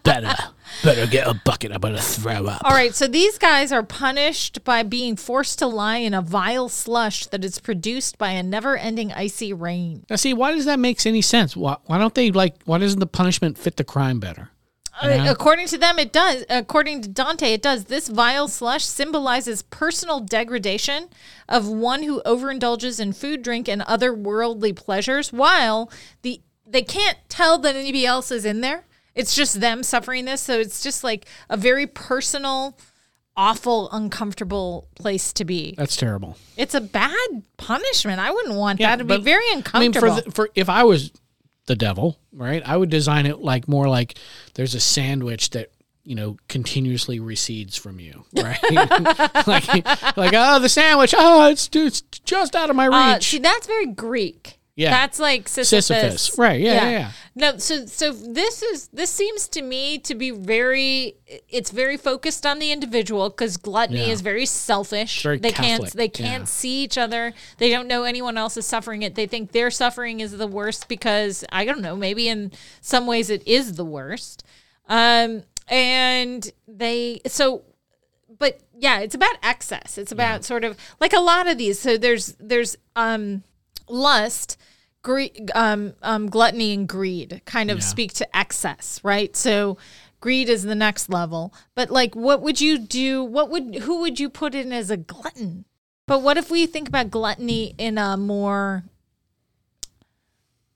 S2: better, better get a bucket. I'm gonna throw up.
S1: All right, so these guys are punished by being forced to lie in a vile slush that is produced by a never-ending icy rain.
S2: Now, see, why does that make any sense? Why, why don't they like? Why doesn't the punishment fit the crime better?
S1: Uh, According to them, it does. According to Dante, it does. This vile slush symbolizes personal degradation of one who overindulges in food, drink, and other worldly pleasures, while the they can't tell that anybody else is in there. It's just them suffering this. So it's just like a very personal, awful, uncomfortable place to be.
S2: That's terrible.
S1: It's a bad punishment. I wouldn't want that. It'd
S2: but-
S1: be very uncomfortable.
S2: I mean, for the, for if I was the devil, right, I would design it like more like there's a sandwich that you know continuously recedes from you, right? like, like oh, the sandwich, oh, it's, it's just out of my
S1: Uh,
S2: reach.
S1: see, that's very Greek.
S2: Yeah.
S1: that's like Sisyphus.
S2: Sisyphus. Right, yeah, yeah, yeah.
S1: No, so so this is this seems to me to be very. It's very focused on the individual because gluttony
S2: Yeah.
S1: is very selfish.
S2: very
S1: they can't
S2: Catholic,
S1: they can't
S2: yeah.
S1: see each other. They don't know anyone else is suffering it. They think their suffering is the worst because I don't know. Maybe in some ways it is the worst. Um, and they so but yeah, it's about excess. It's about sort of like a lot of these. So there's there's um lust, greed, um, um gluttony and greed kind of speak to excess, right? So greed is the next level. But like what would you do? What would who would you put in as a glutton? But what if we think about gluttony in a more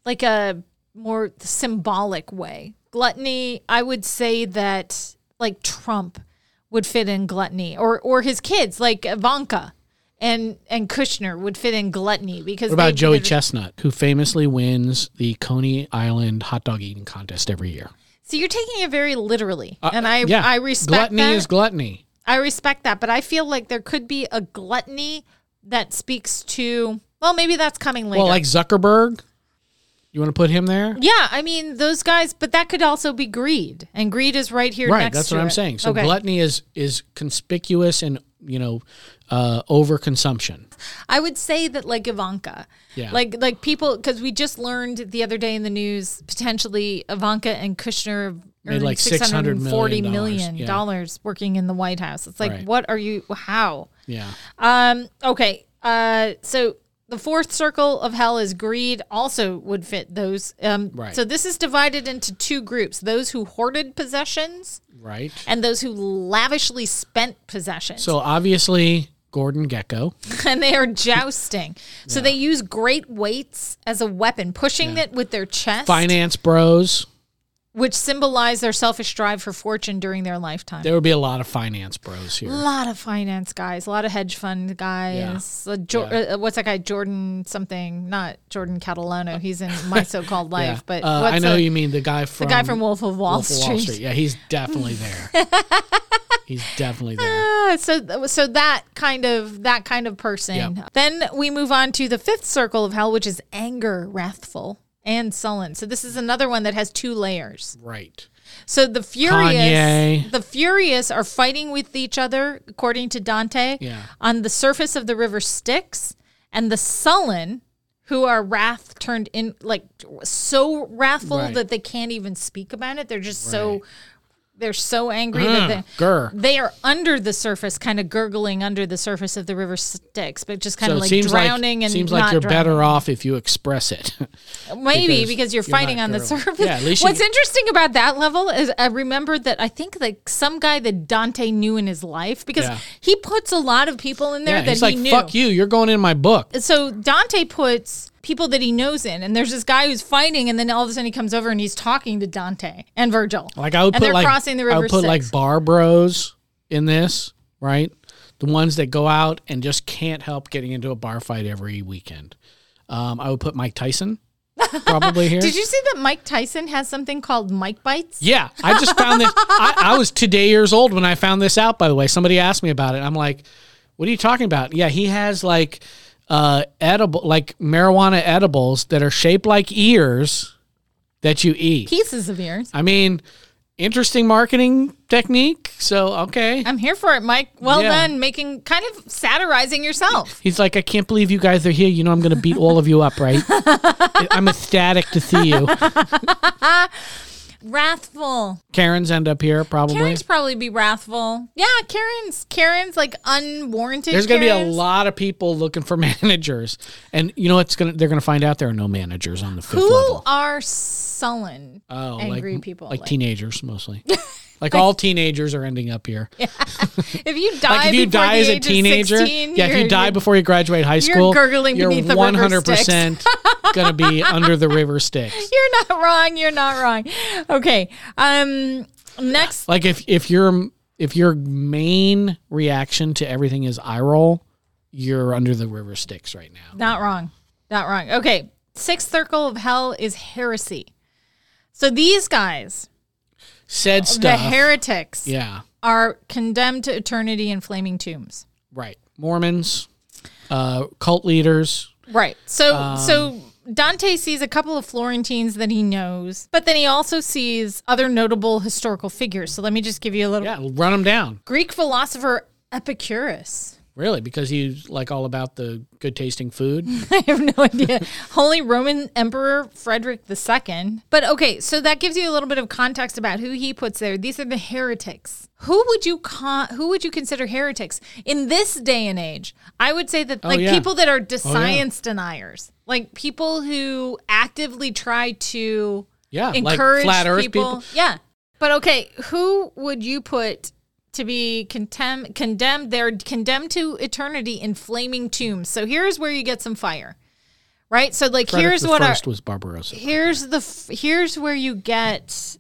S1: like a more symbolic way. Gluttony, I would say that like Trump would fit in gluttony or or his kids like Ivanka and and Kushner would fit in gluttony because
S2: What about
S1: they-
S2: Joey
S1: they're-
S2: Chestnut, who famously wins the Coney Island hot dog eating contest every year?
S1: So you're taking it very literally, and I
S2: Uh, yeah.
S1: I respect
S2: gluttony
S1: that.
S2: is gluttony.
S1: I respect that, but I feel like there could be a gluttony that speaks to well, maybe that's coming later.
S2: Well, like Zuckerberg, you want to put him there?
S1: yeah, I mean those guys, but that could also be greed, and greed is right here.
S2: right
S1: next
S2: that's what
S1: to
S2: i'm
S1: it.
S2: saying so
S1: Okay.
S2: gluttony is is conspicuous and you know uh overconsumption
S1: I would say that like Ivanka,
S2: Yeah.
S1: like like people because we just learned the other day in the news potentially Ivanka and Kushner earned
S2: like
S1: six hundred
S2: $600
S1: and
S2: million
S1: forty million
S2: yeah.
S1: dollars working in the White House. It's like
S2: Right.
S1: what are you? How?
S2: yeah
S1: Um. Okay. Uh. So the fourth circle of hell is greed. Also would fit those. Um,
S2: Right.
S1: So this is divided into two groups: those who hoarded possessions
S2: right
S1: and those who lavishly spent possessions.
S2: so obviously gordon gecko
S1: and they are jousting. So they use great weights as a weapon, pushing it with their chest,
S2: finance bros
S1: which symbolize their selfish drive for fortune during their lifetime.
S2: there would be a lot of finance bros
S1: a
S2: here
S1: lot of finance guys, a lot of hedge fund guys. Uh, Jo- uh, what's that guy? Jordan something? Not Jordan Catalano. He's in my so-called life, but
S2: uh,
S1: what's
S2: i know
S1: the,
S2: you mean the guy from
S1: guy from Wolf of Wall,
S2: Wolf of
S1: Street?
S2: yeah he's definitely there he's definitely there
S1: Ah, so so that kind of that kind of person. Then we move on to the fifth circle of hell, which is anger, wrathful, and sullen. So this is another one that has two layers.
S2: right
S1: So the furious,
S2: Kanye.
S1: the furious are fighting with each other, according to Dante,
S2: Yeah.
S1: on the surface of the river Styx, and the sullen, who are wrath turned in like so wrathful
S2: Right.
S1: that they can't even speak about it. They're just so. They're so angry that
S2: Ugh,
S1: they,
S2: Mm, grr.
S1: they are under the surface, kind of gurgling under the surface of the river Styx, but just kind
S2: so
S1: of
S2: it
S1: like
S2: seems
S1: drowning
S2: like
S1: and
S2: seems
S1: not
S2: like you're
S1: drowning.
S2: better off if you express it
S1: Maybe
S2: because
S1: because, you're,
S2: you're
S1: fighting
S2: not
S1: on the
S2: girly.
S1: surface.
S2: Yeah, at least you-
S1: What's interesting about that level is I remembered that I think like some guy that Dante knew in his life because
S2: Yeah.
S1: he puts a lot of people in there
S2: yeah,
S1: that
S2: he's
S1: he
S2: like
S1: knew.
S2: fuck you you're going in my book
S1: So Dante puts people that he knows in, and there's this guy who's fighting, and then all of a sudden he comes over and he's talking to Dante and Virgil.
S2: Like I
S1: and
S2: would put
S1: they're
S2: like
S1: crossing the river.
S2: I would put like
S1: Styx.
S2: bar bros in this, right? The ones that go out and just can't help getting into a bar fight every weekend. Um, I would put Mike Tyson probably here.
S1: Did you see that Mike Tyson has something called Mike Bites?
S2: yeah, I just found this. I, I was today years old when I found this out. By the way, somebody asked me about it. I'm like, "What are you talking about?" Yeah, he has like uh, edible, like marijuana edibles that are shaped like ears that you eat.
S1: Pieces of ears.
S2: I mean, interesting marketing technique. So okay,
S1: I'm here for it, Mike. Well
S2: Yeah.
S1: done, making kind of satirizing yourself.
S2: He's like, I can't believe you guys are here. You know, I'm going to beat all of you up, right? I'm ecstatic to see you.
S1: Wrathful.
S2: Karen's end up here probably.
S1: Karen's probably be wrathful. Yeah, Karen's Karen's like unwarranted.
S2: There's going to be a
S1: Karens.
S2: lot of people looking for managers, and you know what's going to they're going to find out there are no managers on the fifth
S1: Who
S2: level.
S1: are sullen?
S2: Oh,
S1: angry
S2: like,
S1: people,
S2: like,
S1: like-
S2: teenagers mostly. like all teenagers are ending up here.
S1: If you die,
S2: Like if you
S1: before
S2: die
S1: the
S2: as a
S1: age of
S2: teenager,
S1: 16,
S2: yeah, if you
S1: you're-
S2: die
S1: you're-
S2: before you graduate high
S1: you're
S2: school,
S1: gurgling
S2: you're
S1: beneath the river
S2: 100% going to be under the river sticks.
S1: You're not wrong. You're not wrong. Okay. Um. Next.
S2: Like if if your if your main reaction to everything is eye roll, you're under the river sticks right now.
S1: Not wrong. Not wrong. Okay. Sixth circle of hell is heresy. So these guys,
S2: Said
S1: the
S2: stuff.
S1: heretics,
S2: yeah.
S1: are condemned to eternity in flaming tombs.
S2: Right. Mormons, uh, cult leaders.
S1: Right. So so Dante sees a couple of Florentines that he knows, but then he also sees other notable historical figures. So let me just give you a little
S2: Yeah, run them down.
S1: Greek philosopher Epicurus.
S2: Really, because he's like all about the good tasting food.
S1: I have no idea. Holy Roman Emperor Frederick II. But okay, so that gives you a little bit of context about who he puts there. These are the heretics. Who would you con- who would you consider heretics in this day and age? I would say that like
S2: Oh, yeah.
S1: people that are de- science deniers, like people who actively try to
S2: Yeah, like
S1: encourage
S2: flat earth
S1: people.
S2: people.
S1: Yeah, but okay, who would you put? To be contem- condemned, they're condemned to eternity in flaming tombs. So here's where you get some fire right? So like
S2: Frederick
S1: here's
S2: the
S1: what our
S2: first was Barbarossa.
S1: here's the f- here's where you get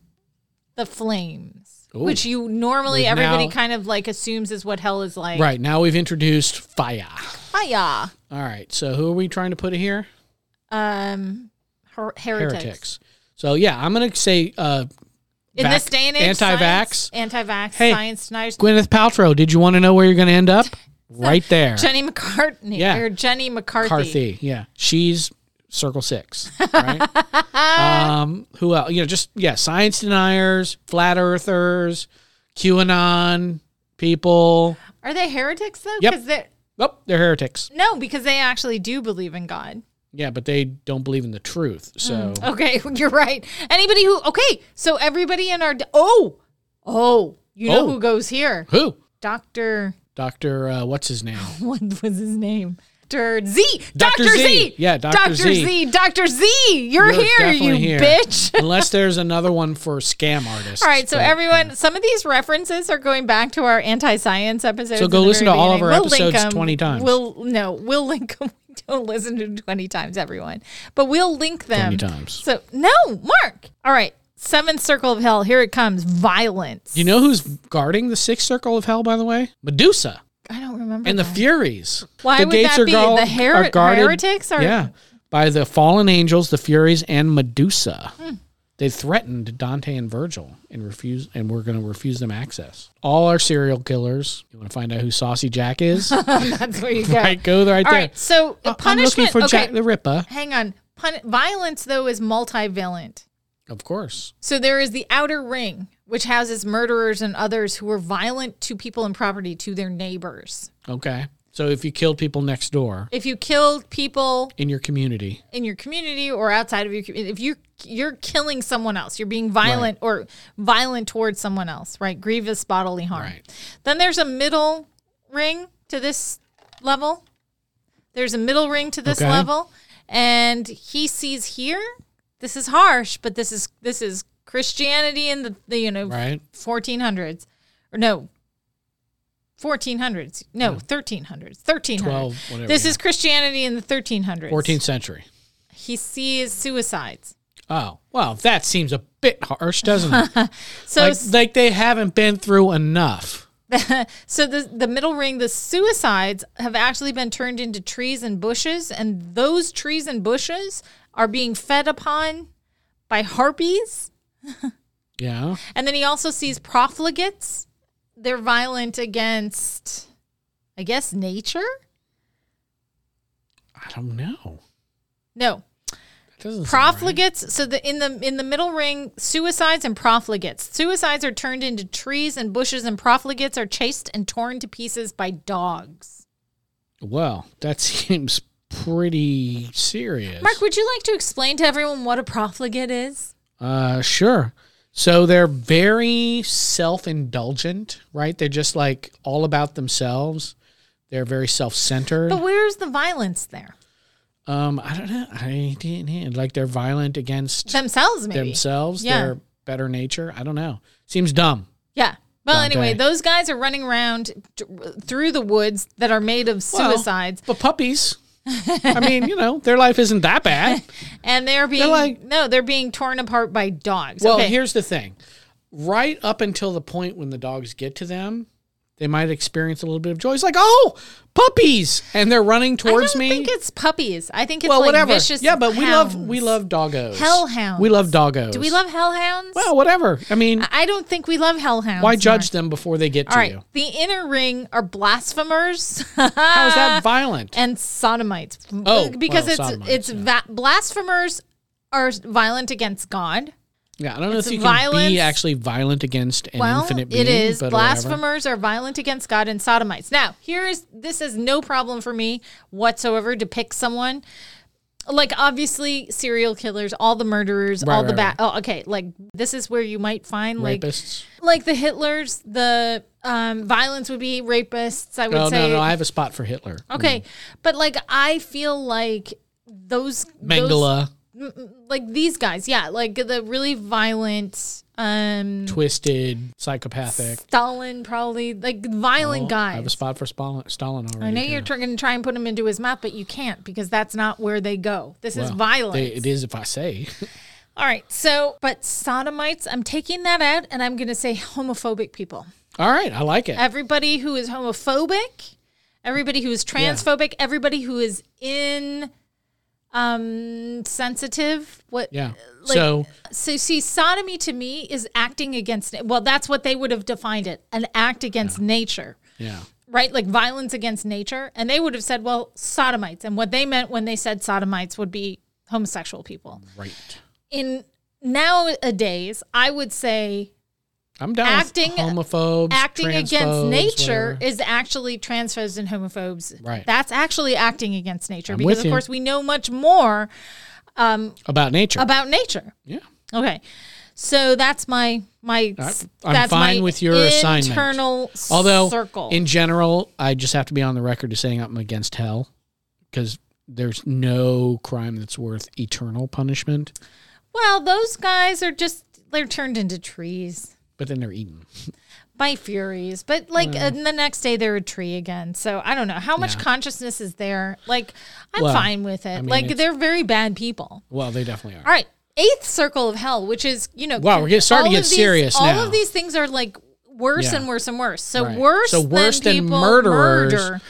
S1: the flames,
S2: Ooh.
S1: which you normally
S2: We've
S1: everybody
S2: now-
S1: kind of like assumes is what hell is like.
S2: Right now we've introduced fire.
S1: Hiya.
S2: All right, so who are we trying to put here?
S1: Um, her- heretics.
S2: Heretics. So yeah, I'm gonna say uh,
S1: In
S2: vac-
S1: this day and age,
S2: anti-vax.
S1: science- anti-vax,
S2: Hey.
S1: science deniers.
S2: Gwyneth Paltrow. Did you want to know where you're gonna end up? right there,
S1: Jenny McCartney
S2: Yeah.
S1: or Jenny McCarthy.
S2: Carthy. Yeah, she's Circle Six. Right? um, who else? You know, just yeah, science deniers, flat earthers, QAnon people.
S1: Are they heretics though?
S2: Yep.
S1: Because they
S2: Oh, they're heretics.
S1: no, because they actually do believe in God.
S2: Yeah, but they don't believe in the truth. So
S1: Okay, you're right. Anybody who okay, so everybody in our oh oh, you know
S2: Oh.
S1: who goes here?
S2: who?
S1: Doctor
S2: Doctor, uh, what's his name?
S1: what was his name? Doctor Z.
S2: Dr. Z. Yeah, Dr.
S1: Doctor
S2: Z.
S1: Z. Doctor Z. You're,
S2: You're
S1: here, you
S2: definitely here.
S1: bitch.
S2: Unless there's another one for scam artists.
S1: All right, so
S2: but-
S1: everyone, some of these references are going back to our anti-science episodes.
S2: So go
S1: in the
S2: listen
S1: very
S2: to all of
S1: beginning.
S2: our
S1: We'll link
S2: episodes
S1: them.
S2: 20 times.
S1: We'll no, we'll link them. We don't listen to 'em 20 times, everyone, but we'll link them
S2: 20 times.
S1: So no, Mark. All right, seventh circle of hell. Here it comes. Violence.
S2: You know who's guarding the sixth circle of hell, by the way? Medusa
S1: I don't remember.
S2: and the
S1: that.
S2: Furies.
S1: Why
S2: the
S1: would that be? The her- heretics are-
S2: yeah, by the fallen angels, the Furies, and Medusa.
S1: Hmm.
S2: They threatened Dante and Virgil and refuse, and we're going to refuse them access. All our serial killers. You want to find out who Saucy Jack is?
S1: that's where you go.
S2: right, go right
S1: All
S2: there.
S1: right. So
S2: I- I'm
S1: punishment.
S2: looking for
S1: okay,
S2: Jack the Ripper.
S1: hang on. Pun- violence though is multivalent.
S2: Of course.
S1: So there is the outer ring, which houses murderers and others who were violent to people and property, to their neighbors.
S2: Okay. So if you killed people next door
S1: If you killed people
S2: in your community,
S1: in your community or outside of your community, if you you're killing someone else, you're being violent or violent towards someone else, right? Grievous bodily harm.
S2: Right.
S1: Then there's a middle ring to this level. There's a middle ring to this
S2: Okay.
S1: level, and he sees here. This is harsh, but this is this is Christianity in the, the you know
S2: right?
S1: 1400s or no 1400s no 1300s 1300s
S2: 12, whatever,
S1: this
S2: yeah.
S1: is christianity in the 1300s
S2: 14th century.
S1: he sees suicides
S2: Oh, well, that seems a bit harsh, doesn't it?
S1: so
S2: like, like they haven't been through enough.
S1: so the, the middle ring the suicides have actually been turned into trees and bushes and those trees and bushes are being fed upon by harpies
S2: Yeah.
S1: and then he also sees profligates they're violent against i guess nature
S2: I don't know.
S1: no
S2: That doesn't seem right.
S1: profligates so the in the in the middle ring suicides and profligates suicides are turned into trees and bushes and profligates are chased and torn to pieces by dogs
S2: Well, that seems pretty serious.
S1: mark would you like to explain to everyone what a profligate is
S2: Uh, sure. So they're very self indulgent, right? They're just like all about themselves. They're very self centered.
S1: But where's the violence there?
S2: Um, I don't know. I didn't like they're violent against
S1: Themselves, maybe.
S2: themselves,
S1: Yeah.
S2: their better nature. I don't know. Seems dumb.
S1: Yeah. Well,
S2: Dante.
S1: anyway, those guys are running around d- through the woods that are made of
S2: Well,
S1: suicides,
S2: but puppies. I mean, you know, their life isn't that bad.
S1: and they're being
S2: like-
S1: no, they're being torn apart by dogs.
S2: Well,
S1: okay.
S2: here's the thing. Right up until the point when the dogs get to them, they might experience a little bit of joy. It's like, oh, puppies, and they're running towards
S1: I don't
S2: me.
S1: think it's puppies. I think it's
S2: well,
S1: like
S2: whatever.
S1: vicious.
S2: yeah, but we love
S1: hounds.
S2: we love doggos.
S1: Hellhounds.
S2: We love doggos.
S1: Do we love hellhounds?
S2: Well, whatever. I mean,
S1: I don't think we love hellhounds.
S2: why
S1: Mark.
S2: judge them before they get to
S1: All right,
S2: you?
S1: the inner ring are blasphemers.
S2: How
S1: Uh,
S2: is that violent?
S1: and sodomites.
S2: Oh,
S1: because
S2: well,
S1: it's
S2: sodomites,
S1: it's va- blasphemers are violent against God.
S2: Yeah, I don't know if
S1: It's
S2: you can
S1: violence.
S2: be actually violent against an
S1: well,
S2: infinite being.
S1: it is
S2: but whatever.
S1: blasphemers are violent against God and sodomites. Now, here is this is no problem for me whatsoever to pick someone. Like obviously serial killers, all the murderers, all
S2: Right,
S1: the bad.
S2: right,
S1: Oh, okay. Like this is where you might find like
S2: Rapists.
S1: like the Hitlers. The um, violence would be rapists. I would
S2: No,
S1: say Oh,
S2: no, no. I have a spot for Hitler.
S1: okay, but like I feel like those those-
S2: Mengele,
S1: like these guys, yeah, like the really violent, um,
S2: twisted, psychopathic.
S1: Stalin probably like violent
S2: I have a
S1: guys.
S2: spot for Stalin, Stalin already.
S1: I know you're tr- going to try and put them into his mouth, but you can't because that's not where they go. This is violence.
S2: They- it is if I say.
S1: All right, so but sodomites, I'm taking that out, and I'm going to say homophobic people.
S2: All right, I like it.
S1: Uh, Everybody who is homophobic, everybody who is transphobic, everybody who is in um sensitive what
S2: yeah.
S1: like-
S2: so
S1: So see, sodomy to me is acting against. Well, that's what they would have defined it: an act against nature,
S2: yeah,
S1: right? Like violence against nature, and they would have said, "Well, sodomites," and what they meant when they said sodomites would be homosexual people.
S2: right.
S1: In nowadays, I would say
S2: I'm down
S1: Acting-
S2: with homophobes,
S1: acting against
S2: transphobes,
S1: nature
S2: whatever.
S1: is actually transphobes and homophobes.
S2: Right.
S1: That's actually acting against nature
S2: with
S1: because, of
S2: you.
S1: course, we know much more
S2: about nature.
S1: about nature.
S2: yeah,
S1: Okay. So that's my my
S2: I- I'm
S1: that's
S2: fine
S1: my
S2: with your assignment.
S1: internal
S2: although
S1: circle.
S2: in general, I just have to be on the record to saying I'm against hell because there's no crime that's worth eternal punishment.
S1: well, those guys are just they're turned into trees
S2: But then they're eaten.
S1: by furies. But like and the next day they're a tree again. So I don't know how much consciousness is there. Like I'm
S2: Well,
S1: fine with it.
S2: mean,
S1: like
S2: it's-
S1: they're very bad people.
S2: Well, they definitely are.
S1: All right. Eighth circle of hell, which is, you know,
S2: Wow, we're getting- starting to
S1: all
S2: get
S1: of these-
S2: serious
S1: All
S2: now.
S1: of these things are like worse
S2: Yeah.
S1: and worse and worse. So
S2: Right.
S1: worse
S2: So worse
S1: than,
S2: than
S1: people
S2: murderers.
S1: murder.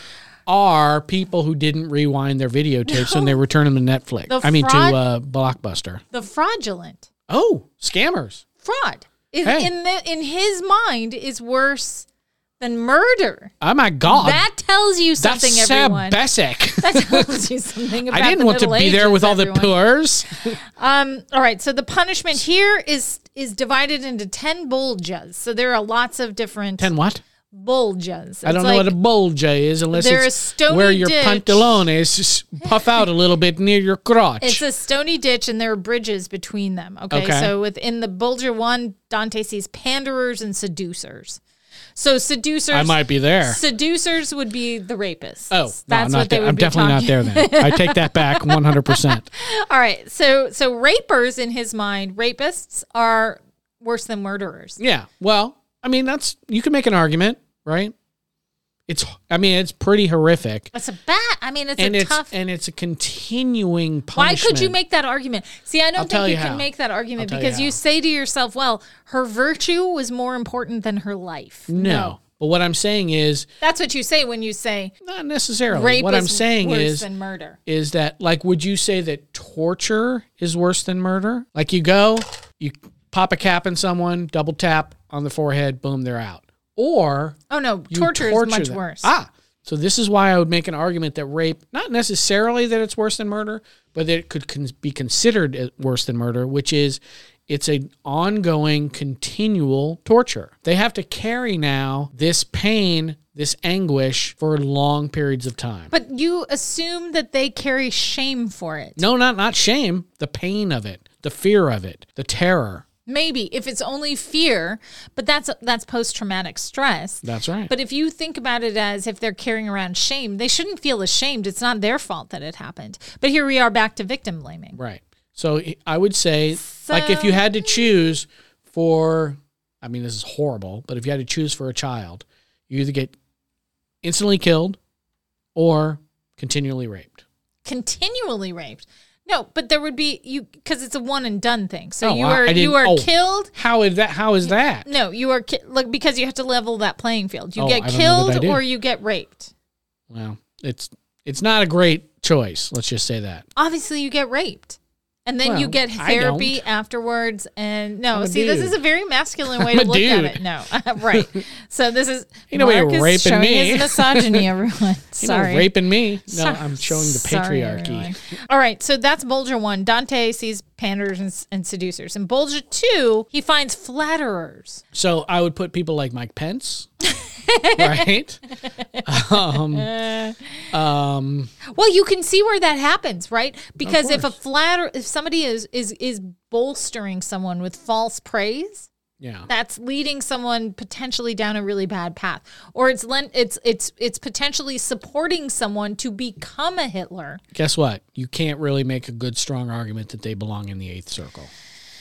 S2: Are people who didn't rewind their videotapes and they return them to Netflix?
S1: The
S2: I mean,
S1: fraud-
S2: to uh, Blockbuster.
S1: The fraudulent.
S2: Oh, scammers.
S1: fraud is
S2: Hey.
S1: in the, in his mind is worse than murder.
S2: Oh my God.
S1: that tells you
S2: that's
S1: something,
S2: Sam
S1: everyone.
S2: Besek.
S1: that tells you something about.
S2: I didn't
S1: the
S2: want to
S1: Middle
S2: be there
S1: Ages,
S2: with all the
S1: everyone.
S2: poors.
S1: Um. All right. So the punishment here is is divided into ten bulges. So there are lots of different
S2: Ten what?
S1: bulges.
S2: I don't know what a bulge is unless
S1: They're a
S2: it's
S1: stony
S2: where your
S1: ditch.
S2: pantalones s- puff out a little bit near your crotch.
S1: It's a stony ditch, and there are bridges between them. Okay,
S2: Okay.
S1: so within the Bulger one, Dante sees panderers and seducers. So seducers,
S2: I might be there.
S1: Seducers would be the rapists.
S2: Oh, no, I'm
S1: that's
S2: not
S1: what they
S2: there.
S1: would
S2: I'm
S1: be
S2: definitely
S1: talking.
S2: not there then. I take that back 100%.
S1: All right, so so rapers in his mind, rapists are worse than murderers.
S2: Yeah. Well, I mean, that's, you can make an argument, right? It's, I mean, it's pretty horrific.
S1: That's a bat. I mean, it's
S2: and
S1: a
S2: it's,
S1: tough.
S2: and it's a continuing
S1: Why
S2: punishment.
S1: could you make that argument? See, I don't
S2: tell
S1: think you
S2: you
S1: can
S2: how.
S1: make that argument
S2: tell you
S1: because you,
S2: how.
S1: say to yourself, "Well, her virtue was more important than her life."
S2: No. But what I'm saying is,
S1: that's what you say when you say
S2: not necessarily.
S1: rape.
S2: what
S1: is
S2: I'm saying
S1: worse
S2: is,
S1: than murder.
S2: is that like would you say that torture is worse than murder? Like you go, you pop a cap in someone, double tap on the forehead, boom, they're out. Or
S1: Oh no,
S2: you
S1: torture, is much
S2: them.
S1: worse.
S2: Ah. So this is why I would make an argument that rape, not necessarily that it's worse than murder, but that it could con- be considered as worse than murder, which is it's an ongoing continual torture. They have to carry now this pain, this anguish for long periods of time.
S1: But you assume that they carry shame for it.
S2: No, not not shame. The pain of it, the fear of it, the terror.
S1: Maybe if it's only fear, but that's that's post traumatic stress.
S2: That's right.
S1: But if you think about it as if they're carrying around shame, they shouldn't feel ashamed. It's not their fault that it happened. But here we are back to victim blaming.
S2: Right. So I would say, like, if you
S1: So-
S2: had to choose for, I mean, this is horrible, but if you had to choose for a child, you either get instantly killed or continually raped.
S1: Continually raped. No, but there would be you because it's a one and done thing. So
S2: Oh,
S1: you
S2: I-
S1: are
S2: I
S1: you
S2: didn't-
S1: are
S2: oh.
S1: killed.
S2: How is that? How is that?
S1: No, you are ki- like because you have to level that playing field. You
S2: Oh,
S1: get
S2: I don't know that I
S1: killed
S2: do.
S1: or you get raped.
S2: Well, it's it's not a great choice. Let's just say that.
S1: Obviously, you get raped. And then you
S2: Well,
S1: get
S2: I don't.
S1: therapy afterwards, and no,
S2: a
S1: see, this
S2: dude.
S1: is a very masculine way
S2: I'm
S1: to
S2: a
S1: look at
S2: dude.
S1: it. No, right? So this is
S2: Ain't nobody
S1: Mark is
S2: raping
S1: showing
S2: me.
S1: his misogyny, everyone.
S2: You know,
S1: Sorry,
S2: raping me. No,
S1: Sorry-
S2: I'm showing the
S1: sorry,
S2: patriarchy.
S1: everyone. All right, so that's Bulger one. Dante sees panders and, and seducers, and Bulger two, he finds flatterers.
S2: So I would put people like Mike Pence, right?
S1: Uh.
S2: Um, um,
S1: Well, you can see where that happens, right? Because if a flatter, if somebody is is is bolstering someone with false praise,
S2: yeah.
S1: that's leading someone potentially down a really bad path or it's lent it's it's it's potentially supporting someone to become a hitler
S2: guess what? You can't really make a good strong argument that they belong in the eighth circle.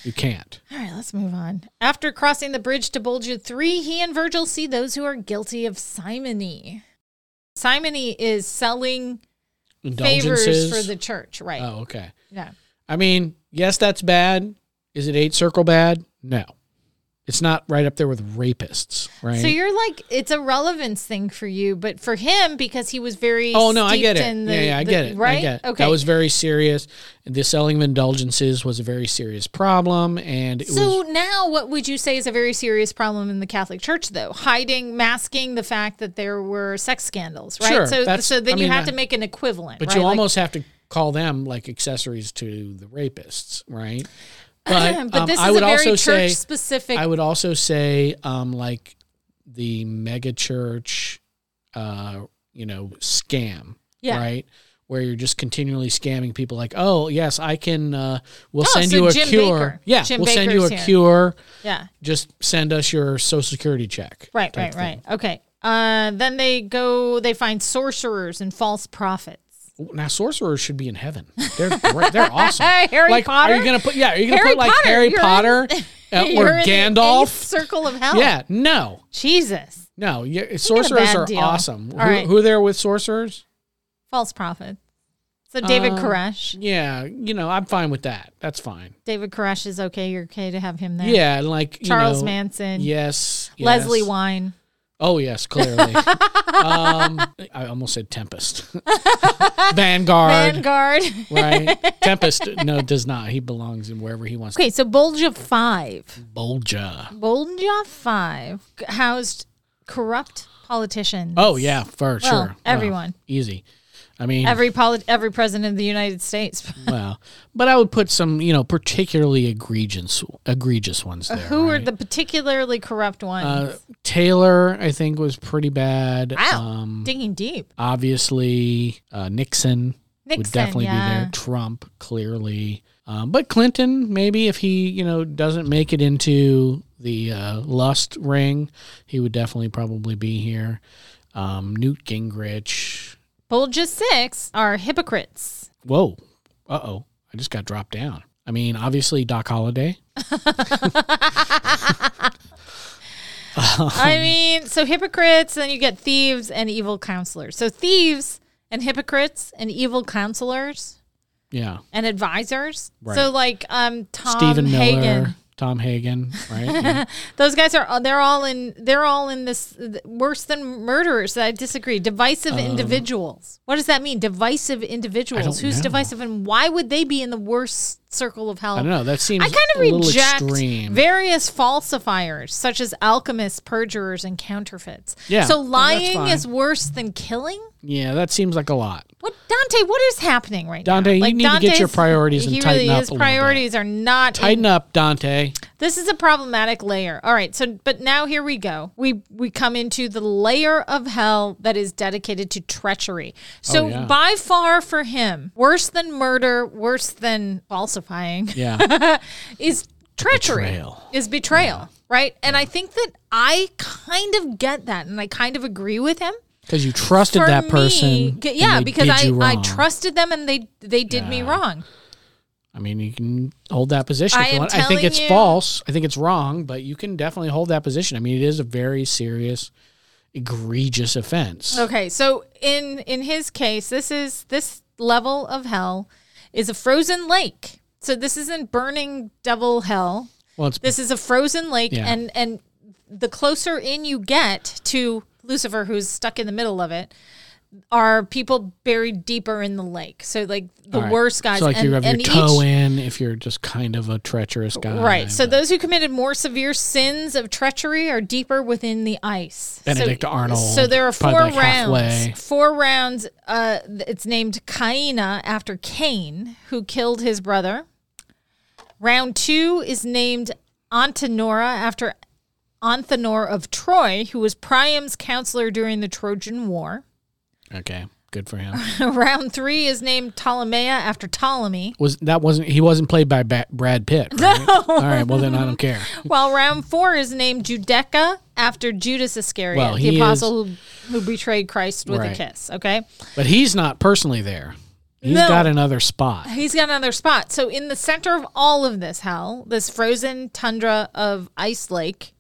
S2: You can't.
S1: all right let's move on after crossing the bridge to bulgia 3 he and virgil see those who are guilty of simony simony is selling favors
S2: Indulgences.
S1: for the church right
S2: oh, okay.
S1: yeah
S2: I mean, yes, that's bad. Is it eight circle bad? No. It's not right up there with rapists, right?
S1: so you're like it's a relevance thing for you but for him because he was very
S2: oh no, I get
S1: steeped
S2: it.
S1: in the-
S2: yeah, yeah, I
S1: the-
S2: get it.
S1: right
S2: I get it.
S1: okay
S2: That was very serious. The selling of indulgences was a very serious problem, and it was
S1: So now, what would you say is a very serious problem in the Catholic Church, though? Hiding, masking the fact that there were sex scandals, right?
S2: Sure,
S1: so,
S2: that's-
S1: so then
S2: I
S1: you
S2: mean,
S1: have
S2: I-
S1: to make an equivalent.
S2: But
S1: right?
S2: you
S1: Like-
S2: almost have to call them like accessories to the rapists, right? But,
S1: but
S2: um,
S1: this
S2: I
S1: is
S2: would
S1: a very
S2: also say-
S1: church-specific.
S2: I would also say, um, like the mega church, uh, you know, scam,
S1: Yeah.
S2: right? Where you're just continually scamming people, like, oh yes, I can. Uh, we'll
S1: Oh,
S2: send
S1: so
S2: you a
S1: Jim
S2: cure.
S1: Baker.
S2: Yeah,
S1: Jim
S2: we'll send you a
S1: Baker's here.
S2: cure.
S1: yeah,
S2: Just send us your social security check.
S1: right,
S2: type
S1: right,
S2: thing.
S1: right. Okay. Uh, then they go. They find sorcerers and false prophets.
S2: Now sorcerers should be in heaven. They're great. They're awesome.
S1: Harry
S2: like,
S1: Potter?
S2: Are you gonna put? Yeah, are you gonna
S1: Harry
S2: put like
S1: Potter,
S2: Harry
S1: you're
S2: Potter uh,
S1: You're
S2: or
S1: in the eighth
S2: Gandalf?
S1: circle of hell.
S2: Yeah, no,
S1: Jesus,
S2: no. Yeah, sorcerers
S1: bad
S2: are
S1: deal.
S2: awesome.
S1: All
S2: who,
S1: right.
S2: who are there with sorcerers?
S1: false prophet. So David
S2: Um,
S1: Koresh.
S2: Yeah, you know, I'm fine with that. That's fine.
S1: David Koresh is okay. You're okay to have him there.
S2: Yeah, and like you
S1: Charles
S2: know,
S1: Manson.
S2: Yes, yes.
S1: Leslie Wine.
S2: Oh yes, clearly. um, I almost said Tempest. Vanguard.
S1: Vanguard.
S2: Right. Tempest. No, does not. He belongs in wherever he wants.
S1: okay, so Bolgia 5.
S2: Bolja.
S1: Bolgia 5 housed corrupt politicians.
S2: Oh yeah, for sure.
S1: Well,
S2: Wow,
S1: everyone.
S2: easy. I mean,
S1: Every polit- every president of the United States.
S2: well, but I would put some, you know, particularly egregious egregious ones there.
S1: Who
S2: right?
S1: are the particularly corrupt ones?
S2: uh, Taylor? I think was pretty bad.
S1: wow.
S2: Um,
S1: Digging deep.
S2: obviously, uh, Nixon,
S1: Nixon,
S2: would definitely be
S1: yeah.
S2: there. Trump, clearly. Um, but Clinton, maybe if he, you know, doesn't make it into the uh, lust ring, he would definitely probably be here. Um, Newt Gingrich.
S1: Bolgia 6 are hypocrites.
S2: Whoa. Uh oh. I just got dropped down. I mean, obviously, Doc Holliday.
S1: I mean, so hypocrites, then you get thieves and evil counselors. So thieves and hypocrites and evil counselors
S2: Yeah.
S1: and advisors.
S2: Right.
S1: So like um Tom
S2: Stephen Miller.
S1: Hagen.
S2: Tom Hagen. Right. Yeah.
S1: Those guys are they're all in they're all in this worse than murderers. I disagree. Divisive
S2: Um,
S1: individuals. What does that mean? Divisive individuals.
S2: don't
S1: Who's
S2: know.
S1: divisive and why would they be in the worst circle of hell?
S2: I don't know. That seems
S1: I kind
S2: a
S1: of
S2: little
S1: reject
S2: extreme.
S1: various falsifiers such as alchemists, perjurers, and counterfeits.
S2: Yeah,
S1: So
S2: well, that's
S1: lying
S2: fine.
S1: is worse than killing?
S2: yeah, that seems like a lot.
S1: What Dante, what is happening right
S2: Dante,
S1: now?
S2: you need to get your
S1: Dante's-
S2: priorities and
S1: he
S2: tighten
S1: really,
S2: up
S1: His
S2: a little bit.
S1: priorities are not in
S2: Tighten up, Dante.
S1: This is a problematic layer. All right, so but now here we go. We we come into the layer of hell that is dedicated to treachery. So
S2: Oh, yeah.
S1: by far for him, worse than murder, worse than falsifying
S2: Yeah.
S1: is treachery
S2: Betrayal.
S1: is betrayal, right? And I think that I kind of get that and I kind of agree with him.
S2: Because you trusted
S1: For
S2: that person.
S1: me,
S2: and
S1: g- yeah,
S2: they
S1: because
S2: did
S1: I,
S2: you
S1: I
S2: wrong.
S1: trusted them and they they did me wrong.
S2: I mean, you can hold that position.
S1: I
S2: If you
S1: am
S2: want. I think
S1: telling
S2: it's
S1: you-
S2: false. I think it's wrong, but you can definitely hold that position. I mean, it is a very serious, egregious offense.
S1: Okay, so in in his case, this is this level of hell is a frozen lake. So this isn't burning devil hell.
S2: Well, it's
S1: This is a frozen lake,
S2: Yeah.
S1: and and the closer in you get to Lucifer, who's stuck in the middle of it, are people buried deeper in the lake. So like the
S2: all right.
S1: worst guys,
S2: So like
S1: and,
S2: you have your
S1: and
S2: toe
S1: each-
S2: in if you're just kind of a treacherous guy.
S1: Right. So
S2: but
S1: those who committed more severe sins of treachery are deeper within the ice.
S2: Benedict
S1: so,
S2: Arnold,
S1: So there are four
S2: probably like
S1: rounds.
S2: halfway.
S1: Four rounds. Uh, th- it's named Caina after Cain, who killed his brother. Round two is named Antenora after Antenor of Troy, who was Priam's counselor during the Trojan War.
S2: okay, good for him.
S1: Round three is named Ptolemaea after Ptolemy.
S2: Was that wasn't he wasn't played by ba- Brad Pitt? Right? All right. Well, then I don't care.
S1: While round four is named Judeca after Judas Iscariot,
S2: Well, he
S1: the apostle who, who betrayed Christ with
S2: Right.
S1: a kiss. Okay.
S2: But he's not personally there. He's
S1: No.
S2: got another spot.
S1: He's got another spot. So, in the center of all of this hell, this frozen tundra of Ice Lake,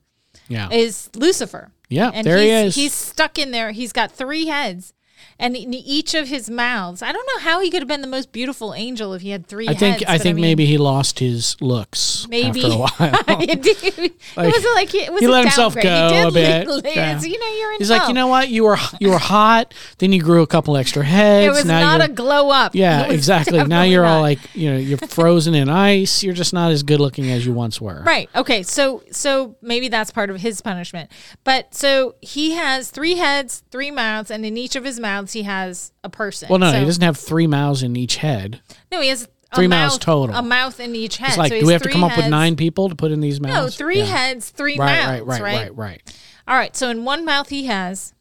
S2: Yeah.
S1: is Lucifer.
S2: Yeah,
S1: And
S2: there he
S1: he's,
S2: is.
S1: He's stuck in there. He's got three heads. And in each of his mouths, I don't know how he could have been the most beautiful angel if he had three
S2: I think
S1: heads,
S2: I
S1: but
S2: think
S1: mean,
S2: maybe he lost his looks
S1: Maybe.
S2: after a while.
S1: it wasn't like he, it was
S2: he
S1: a
S2: let himself
S1: downgrade. He
S2: go
S1: did
S2: a bit.
S1: lose.
S2: Yeah.
S1: You know, you're in
S2: He's like,
S1: hell.
S2: you know what? You were you were hot. Then you grew a couple extra heads.
S1: It was
S2: now
S1: not a
S2: you're,
S1: glow up. It
S2: yeah,
S1: was
S2: exactly. Now
S1: definitely
S2: you're all
S1: not.
S2: like, you know, you're frozen in ice. You're just not as good looking as you once were.
S1: Right. Okay. So so maybe that's part of his punishment. But so he has three heads, three mouths, and in each of his mouths he has a person.
S2: Well, no,
S1: so,
S2: he doesn't have three mouths in each head.
S1: No, he has a
S2: Three
S1: mouth,
S2: mouths total.
S1: A mouth in each head.
S2: It's like,
S1: so he
S2: do we
S1: has
S2: have to
S1: three
S2: come up with
S1: heads.
S2: nine people to put in these mouths?
S1: No, three
S2: Yeah.
S1: heads, three
S2: Right,
S1: mouths.
S2: right, right, right, right.
S1: All right. So in one mouth he has,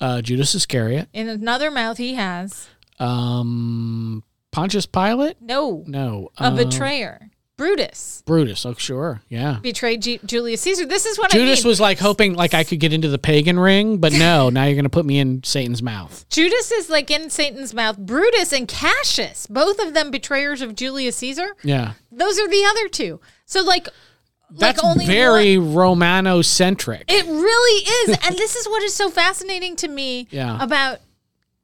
S2: Uh, Judas Iscariot,
S1: in another mouth he has
S2: um, Pontius Pilate.
S1: no
S2: No,
S1: a
S2: um,
S1: betrayer, Brutus.
S2: Brutus. Oh, sure, yeah.
S1: Betrayed Ju- Julius Caesar. This is what I
S2: Judas
S1: mean.
S2: was like hoping like I could get into the pagan ring, but no, now you're gonna put me in Satan's mouth.
S1: Judas is like in Satan's mouth. Brutus and Cassius, both of them betrayers of Julius Caesar.
S2: Yeah.
S1: Those are the other two. So like,
S2: That's
S1: like only one-
S2: very Romano-centric.
S1: It really is, and this is what is so fascinating to me
S2: Yeah.
S1: about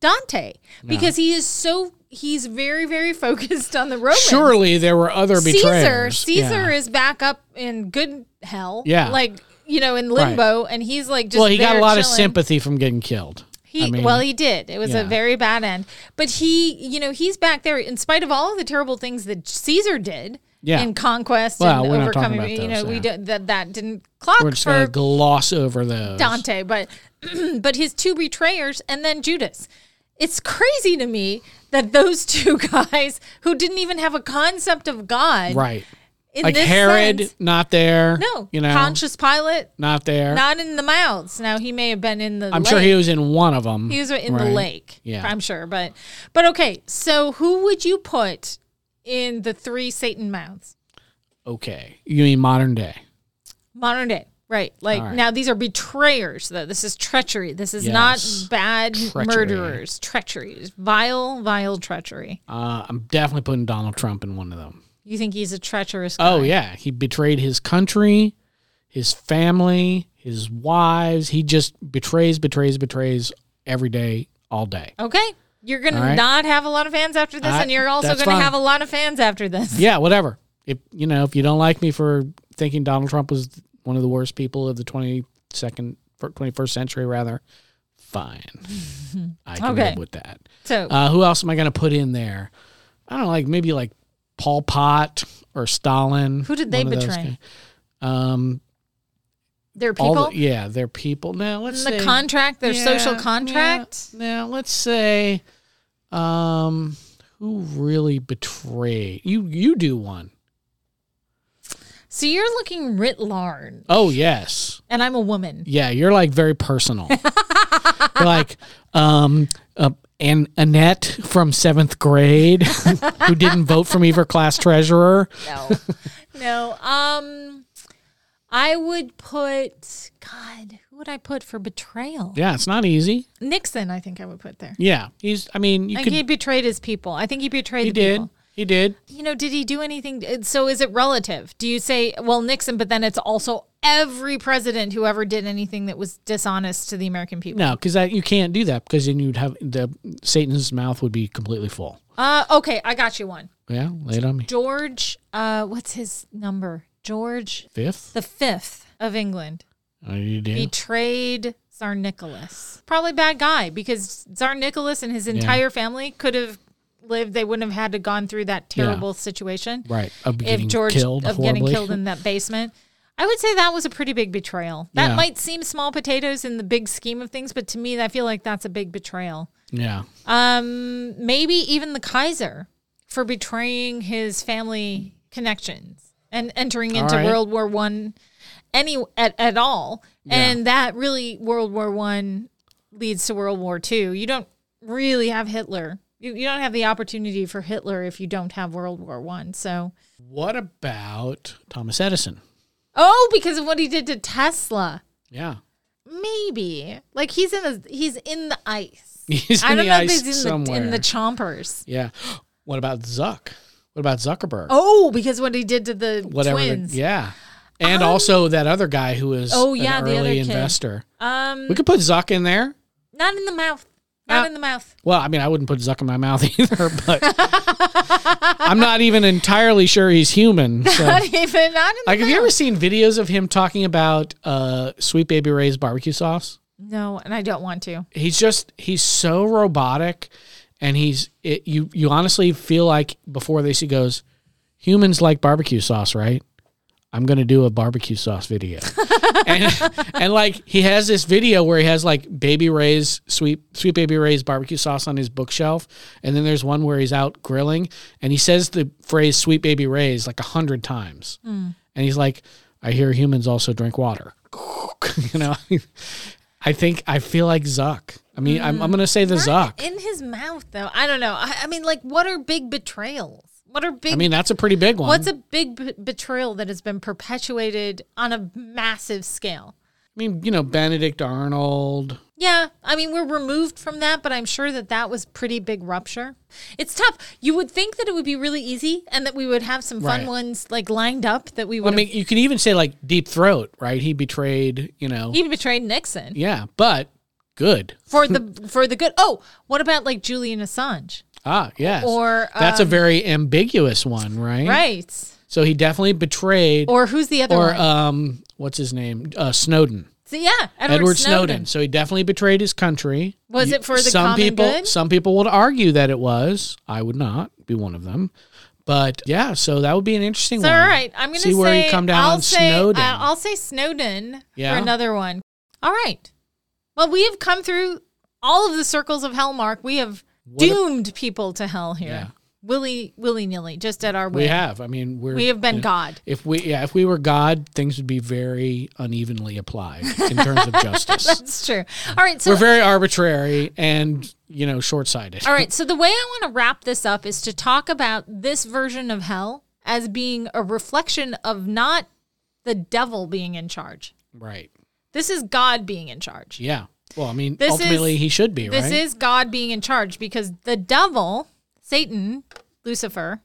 S1: Dante because he is so he's very very focused on the Romans.
S2: Surely there were other
S1: Caesar
S2: betrayers.
S1: Caesar
S2: Yeah.
S1: is back up in good hell.
S2: Yeah.
S1: like you know in limbo, and he's like just
S2: Well, he got a
S1: there
S2: lot of
S1: chilling.
S2: sympathy from getting killed.
S1: He,
S2: I mean-
S1: well, he did. It was
S2: Yeah.
S1: a very bad end. But he, you know, he's back there in spite of all of the terrible things that Caesar did
S2: Yeah.
S1: in conquest
S2: Well,
S1: and
S2: we're not talking
S1: overcoming.
S2: about
S1: you know,
S2: those,
S1: we
S2: yeah.
S1: did that. That didn't clock
S2: We're just
S1: for
S2: gonna gloss over those.
S1: Dante, but but his two betrayers and then Judas. It's crazy to me that those two guys who didn't even have a concept of God,
S2: Right.
S1: In
S2: Like
S1: this
S2: Herod,
S1: sense-
S2: not there.
S1: no,
S2: You know
S1: Pontius Pilate,
S2: not there.
S1: not in the mouths. Now he may have been in the.
S2: I'm
S1: lake.
S2: sure he was in one of them.
S1: He was in the
S2: right?
S1: lake.
S2: Yeah.
S1: I'm sure, but but okay. So who would you put in the three Satan mouths?
S2: Okay. You mean modern day.
S1: Modern day. Right. Like
S2: All right.
S1: now these are betrayers though. This is treachery. This is not
S2: Yes.
S1: bad
S2: Treachery.
S1: murderers. Treachery. Vile, vile treachery.
S2: Uh, I'm definitely putting Donald Trump in one of them.
S1: You think he's a treacherous guy?
S2: Oh yeah, he betrayed his country, his family, his wives. He just betrays, betrays, betrays every day, all day.
S1: Okay. You're gonna
S2: All right.
S1: not have a lot of fans after this,
S2: I-
S1: and you're also
S2: that's
S1: gonna
S2: fine.
S1: have a lot of fans after this.
S2: Yeah, whatever. If you know, if you don't like me for thinking Donald Trump was one of the worst people of the 22nd, 21st century, rather, fine. I can
S1: Okay.
S2: live with that.
S1: So
S2: Uh, who else am I going to put in there? I don't know, like maybe like Paul Pot or Stalin.
S1: Who did they
S2: one of those
S1: betray?
S2: guys. Um,
S1: their
S2: all the-
S1: people,
S2: yeah, their people. Now let's
S1: the
S2: say-
S1: contract, their
S2: Yeah,
S1: social
S2: yeah.
S1: contract.
S2: Now let's say, um, who really betrayed you? You do one.
S1: So you're looking writ large,
S2: Oh yes,
S1: and I'm a woman.
S2: yeah. You're like very personal. you're like, um, uh, and Annette from seventh grade, who didn't vote for me for class treasurer.
S1: No, no. Um, I would put God. Who would I put for betrayal?
S2: Yeah, it's not easy.
S1: Nixon. I think I would put there.
S2: Yeah, he's. I mean, you
S1: I
S2: could.
S1: think he betrayed his people. I think he betrayed
S2: he
S1: the
S2: did.
S1: people.
S2: He did.
S1: You know, did he do anything? uh, So is it relative? Do you say, well, Nixon, but then it's also every president who ever did anything that was dishonest to the American people?
S2: No, because that you can't do that because then you'd have the Satan's mouth would be completely full.
S1: Uh, okay, I got you one.
S2: Yeah, lay it on me.
S1: George, uh, what's his number? George
S2: Fifth.
S1: the fifth of England
S2: Oh, you did.
S1: betrayed Tsar Nicholas. Probably bad guy because Tsar Nicholas and his entire family could have lived. They wouldn't have had to gone through that terrible situation.
S2: right. Of
S1: If
S2: getting
S1: George
S2: killed
S1: of
S2: horribly.
S1: getting killed in that basement. I would say that was a pretty big betrayal. That
S2: Yeah.
S1: might seem small potatoes in the big scheme of things, but to me, I feel like that's a big betrayal.
S2: yeah.
S1: Um, maybe even the Kaiser for betraying his family connections and entering into
S2: right.
S1: World War One any at, at all. And that really World War One leads to World War Two. You don't really have Hitler. You, you don't have the opportunity for Hitler if you don't have World War One. So
S2: What about Thomas Edison?
S1: oh, because of what he did to Tesla,
S2: Yeah.
S1: maybe like he's in the he's in the ice.
S2: He's
S1: I
S2: in
S1: don't
S2: the
S1: know if
S2: ice
S1: he's in the,
S2: somewhere.
S1: in the chompers.
S2: yeah. What about Zuck? What about Zuckerberg?
S1: Oh, because what he did to the
S2: Whatever. the-
S1: twins. Um,
S2: yeah. And also that other guy who was
S1: Oh,
S2: an
S1: yeah, the
S2: early
S1: other kid.
S2: investor.
S1: Um,
S2: We could put Zuck in there.
S1: not in the mouth. Not
S2: Uh,
S1: in the mouth.
S2: Well, I mean, I wouldn't put Zuck in my mouth either, but I'm not even entirely sure he's human. So.
S1: Not even. Not in the
S2: Like, have
S1: mouth.
S2: you ever seen videos of him talking about uh, Sweet Baby Ray's barbecue sauce?
S1: no, and I don't want to.
S2: He's just he's so robotic, and he's it, you you honestly feel like before this he goes, humans like barbecue sauce, right? I'm gonna do a barbecue sauce video, and, and like he has this video where he has like Baby Ray's sweet Sweet Baby Ray's barbecue sauce on his bookshelf, and then there's one where he's out grilling and he says the phrase Sweet Baby Ray's like a hundred times, and he's like, I hear humans also drink water, you know. I think I feel like Zuck. I mean, I'm, I'm gonna say the
S1: Not
S2: Zuck.
S1: In his mouth, though. I don't know. I, I mean, like, what are big betrayals? What are big?
S2: I mean, um, that's a pretty big one.
S1: what's a big b- betrayal that has been perpetuated on a massive scale?
S2: I mean, you know, Benedict Arnold.
S1: Yeah, I mean, we're removed from that, but I'm sure that that was pretty big rupture. It's tough. You would think that it would be really easy and that we would have some fun
S2: Right.
S1: ones like lined up that we
S2: I
S1: would.
S2: mean, you can even say like Deep Throat, right? He betrayed, you know.
S1: he betrayed Nixon.
S2: yeah, but good.
S1: for the for the good. Oh, what about like Julian Assange?
S2: Ah, yes.
S1: Or, um,
S2: that's a very ambiguous one, right?
S1: Right.
S2: So he definitely betrayed, or,
S1: Or who's the other one?
S2: um, what's his name? Uh, Snowden.
S1: So, yeah, Edward,
S2: Edward Snowden.
S1: Snowden.
S2: So he definitely betrayed his country.
S1: Was
S2: You-
S1: it for the
S2: some
S1: common
S2: people?
S1: good?
S2: Some people would argue that it was. I would not be one of them. But yeah, so that would be an interesting
S1: So
S2: one.
S1: all right, I'm gonna
S2: see
S1: say
S2: where you come down
S1: I'll
S2: on
S1: say,
S2: Snowden.
S1: uh, I'll say Snowden
S2: Yeah.
S1: for another one. All right. Well, we have come through all of the circles of hell, Mark. We have
S2: a-
S1: doomed people to hell here,
S2: Yeah.
S1: willy willy nilly, just at our will.
S2: we have. I mean, we're
S1: We have been
S2: you know,
S1: God.
S2: If we yeah, if we were God, things would be very unevenly applied in terms of justice.
S1: That's true. All right. So
S2: We're very arbitrary and you know short sighted.
S1: All right. So the way I want to wrap this up is to talk about this version of hell as being a reflection of not the devil being in charge.
S2: Right.
S1: This is God being in charge.
S2: Yeah. Well, I mean,
S1: This
S2: ultimately
S1: is-
S2: he should be
S1: This
S2: right.
S1: is God being in charge because the devil, Satan, Lucifer,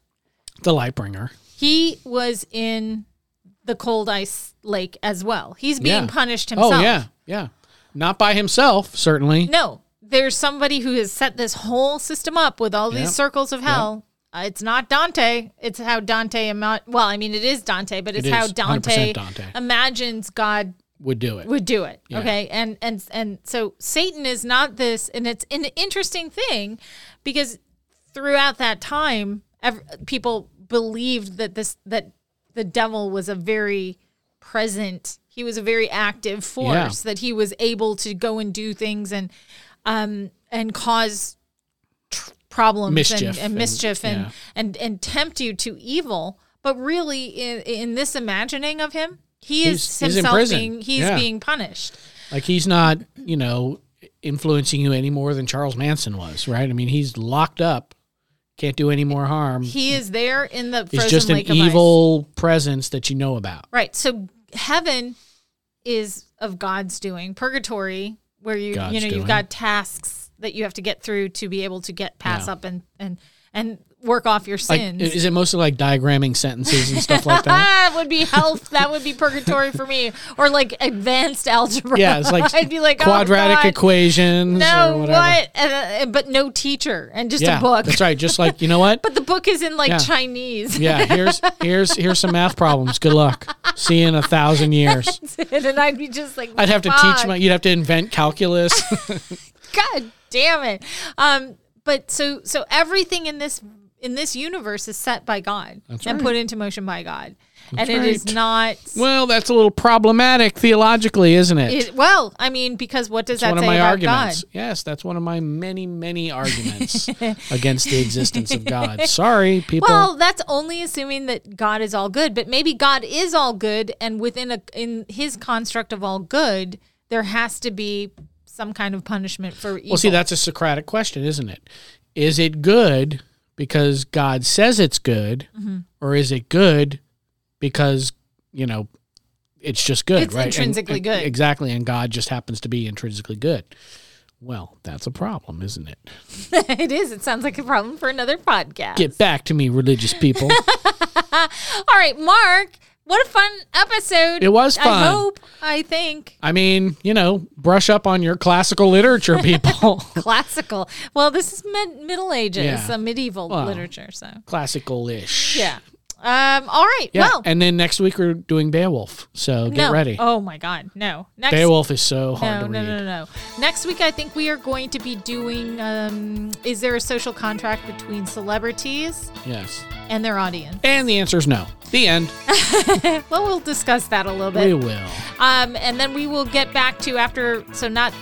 S2: the light bringer.
S1: he was in the cold ice lake as well. He's being
S2: Yeah.
S1: punished
S2: Oh
S1: himself.
S2: yeah, yeah. Not by himself, certainly.
S1: No, there's somebody who has set this whole system up with all
S2: Yep.
S1: these circles of hell. Uh, it's not Dante. It's how Dante, ima- well, I mean, it is Dante, but it's
S2: It
S1: how
S2: is,
S1: Dante,
S2: 100% Dante.
S1: imagines God
S2: Would do it.
S1: would do it. Okay. And, and, and so Satan is not this. And it's an interesting thing because throughout that time, ev- people believed that this, that the devil was a very present, he was a very active force, that he was able to go and do things and, um, and cause tr- problems
S2: Mischief
S1: and,
S2: and-
S1: and mischief and,
S2: yeah.
S1: and, and tempt you to evil. But really, in, in this imagining of him, he is
S2: He's- he's in
S1: himself
S2: prison.
S1: being he's
S2: Yeah.
S1: being punished.
S2: Like he's not, you know, influencing you any more than Charles Manson was, right? I mean, he's locked up Can't do any more harm.
S1: He is there in the frozen
S2: He's just an
S1: lake of ice.
S2: evil presence that you know about.
S1: Right. So heaven is of God's doing. Purgatory, where you
S2: God's
S1: you know
S2: doing.
S1: you've got tasks that you have to get through to be able to get pass
S2: Yeah.
S1: up and and and work off your
S2: Like,
S1: sins.
S2: is it mostly like diagramming sentences and stuff like that?
S1: Ah, it would be health. That would be purgatory for me, or like advanced algebra.
S2: Yeah, it's like
S1: I'd be like oh,
S2: quadratic
S1: God,
S2: equations or
S1: No,
S2: whatever.
S1: what? And, uh, but no teacher and just
S2: Yeah,
S1: a book.
S2: that's right. Just like you know what?
S1: But the book is in like
S2: Yeah.
S1: Chinese,
S2: yeah, here's here's here's some math problems. Good luck. See you in a thousand years.
S1: and I'd be just like,
S2: I'd have to teach
S1: "Fuck."
S2: my. You'd have to invent calculus.
S1: God damn it. Um, but so so everything in this in this universe is set by God and put into motion by God. and it is
S2: right.
S1: not
S2: well, that's a little problematic theologically, isn't it?
S1: it, well, I mean, because what does
S2: It's
S1: that
S2: one of
S1: say
S2: my
S1: about
S2: arguments.
S1: God?
S2: Yes, that's one of my many, many arguments against the existence of God. Sorry, people.
S1: Well, that's only assuming that God is all good, but maybe God is all good and within a in his construct of all good, there has to be some kind of punishment for evil.
S2: Well, see, that's a Socratic question, isn't it? Is it good because God says it's good,
S1: Mm-hmm.
S2: or is it good because you know it's just good,
S1: It's
S2: right?
S1: intrinsically good.
S2: exactly, and God just happens to be intrinsically good. Well, that's a problem, isn't it?
S1: it is. It sounds like a problem for another podcast.
S2: Get back to me, religious people.
S1: All right, Mark, what a fun episode.
S2: It was fun.
S1: I hope, I think.
S2: I mean, you know, brush up on your classical literature, people.
S1: Classical. Well, this is mid- Middle Ages,
S2: Yeah.
S1: so medieval
S2: Well.
S1: literature. So,
S2: Classical-ish.
S1: yeah. Um, all right.
S2: Yeah,
S1: well,
S2: and then next week we're doing Beowulf, so get
S1: no.
S2: ready.
S1: Oh, my God. No. Next
S2: Beowulf is so hard
S1: no,
S2: to
S1: no,
S2: read.
S1: no, no. Next week, I think we are going to be doing um, Is there a social contract between celebrities
S2: Yes.
S1: and their audience?
S2: And the answer is no. The end.
S1: Well, we'll discuss that a little bit.
S2: We will.
S1: Um, and then we will get back to after. So not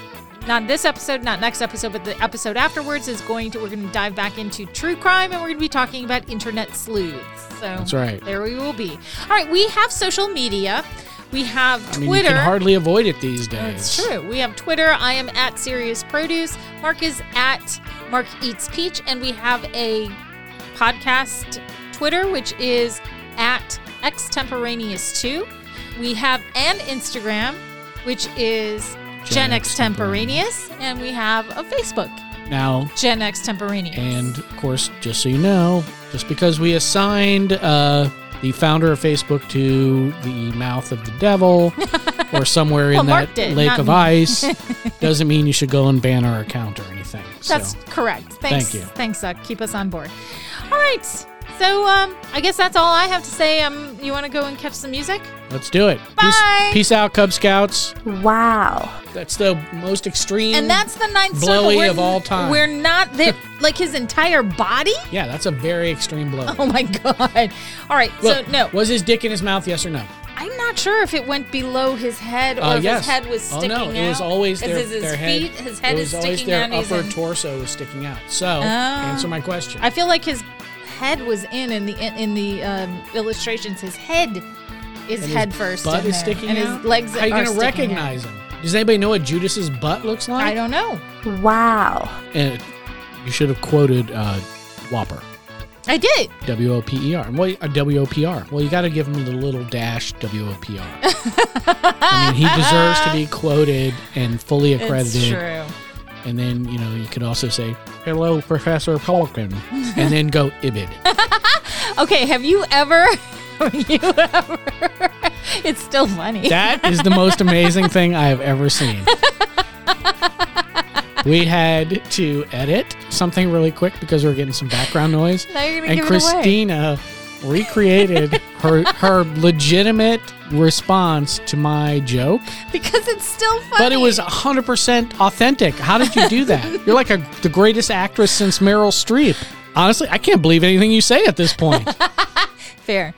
S1: not this episode, not next episode, but the episode afterwards is going to. We're going to dive back into true crime, and we're going to be talking about internet sleuths. So that's
S2: right.
S1: There we will be. All right, we have social media. We have
S2: I mean, you
S1: Twitter.
S2: can hardly avoid it these days.
S1: That's true. We have Twitter. I am at Serious Produce. Mark is at Mark Eats Peach, and we have a podcast Twitter, which is at Extemporaneous Two. We have an Instagram, which is Gen
S2: Gen
S1: Extemporaneous, and we have a Facebook,
S2: Now,
S1: Gen Extemporaneous.
S2: and of course, just so you know, just because we assigned uh, the founder of Facebook to the mouth of the devil or somewhere
S1: Well,
S2: in
S1: Mark
S2: that
S1: did,
S2: lake
S1: not
S2: of
S1: me.
S2: ice doesn't mean you should go and ban our account or anything.
S1: That's
S2: so,
S1: correct. Thanks.
S2: Thank you.
S1: Thanks, Zuck. Keep us on board. All right. So um, I guess that's all I have to say. Um, you want to go and catch some music?
S2: let's do it.
S1: Bye.
S2: Peace, peace out, Cub Scouts.
S3: Wow.
S2: That's the most extreme.
S1: And that's the ninth
S2: Blowy
S1: circle. We're-
S2: of all time.
S1: We're not that like his entire body.
S2: yeah, that's a very extreme blow.
S1: Oh my god! All right,
S2: Look,
S1: so no,
S2: Was his dick in his mouth? Yes or no?
S1: I'm not sure if it went below his head or
S2: Uh,
S1: if
S2: yes.
S1: his head was sticking
S2: Oh no,
S1: out.
S2: it was always
S1: Is
S2: their,
S1: his, his
S2: their
S1: feet,
S2: head.
S1: His head
S2: it
S1: is
S2: was always
S1: sticking
S2: their
S1: out. Oh. He's
S2: upper
S1: in-
S2: torso was sticking out. So answer my question.
S1: I feel like his head was in in the in the um, illustrations. His head is
S2: And his
S1: head first,
S2: Butt
S1: in
S2: is
S1: there,
S2: sticking
S1: and
S2: out.
S1: his legs.
S2: How are you
S1: are
S2: gonna
S1: sticking out.
S2: recognize him? Does anybody know what Judas's butt looks like?
S1: I don't know.
S3: Wow.
S2: And you should have quoted uh, Whopper.
S1: I did.
S2: W O P E R. Well, uh, W O P R. Well, you got to give him the little dash W O P R. I mean, he deserves to be quoted and fully accredited.
S1: It's true.
S2: And then, you know, you could also say, hello, Professor Pelican, and then go Ibid.
S1: Okay, have you ever? Have you ever? It's still funny.
S2: That is the most amazing thing I have ever seen. We had to edit something really quick because we were getting some background noise.
S1: Now you're gonna
S2: And
S1: give
S2: Christina recreated her her legitimate response to my joke,
S1: it away because it's still funny.
S2: but it was 100% authentic. How did you do that? You're like a, the greatest actress since Meryl Streep. Honestly, I can't believe anything you say at this point.
S1: fair.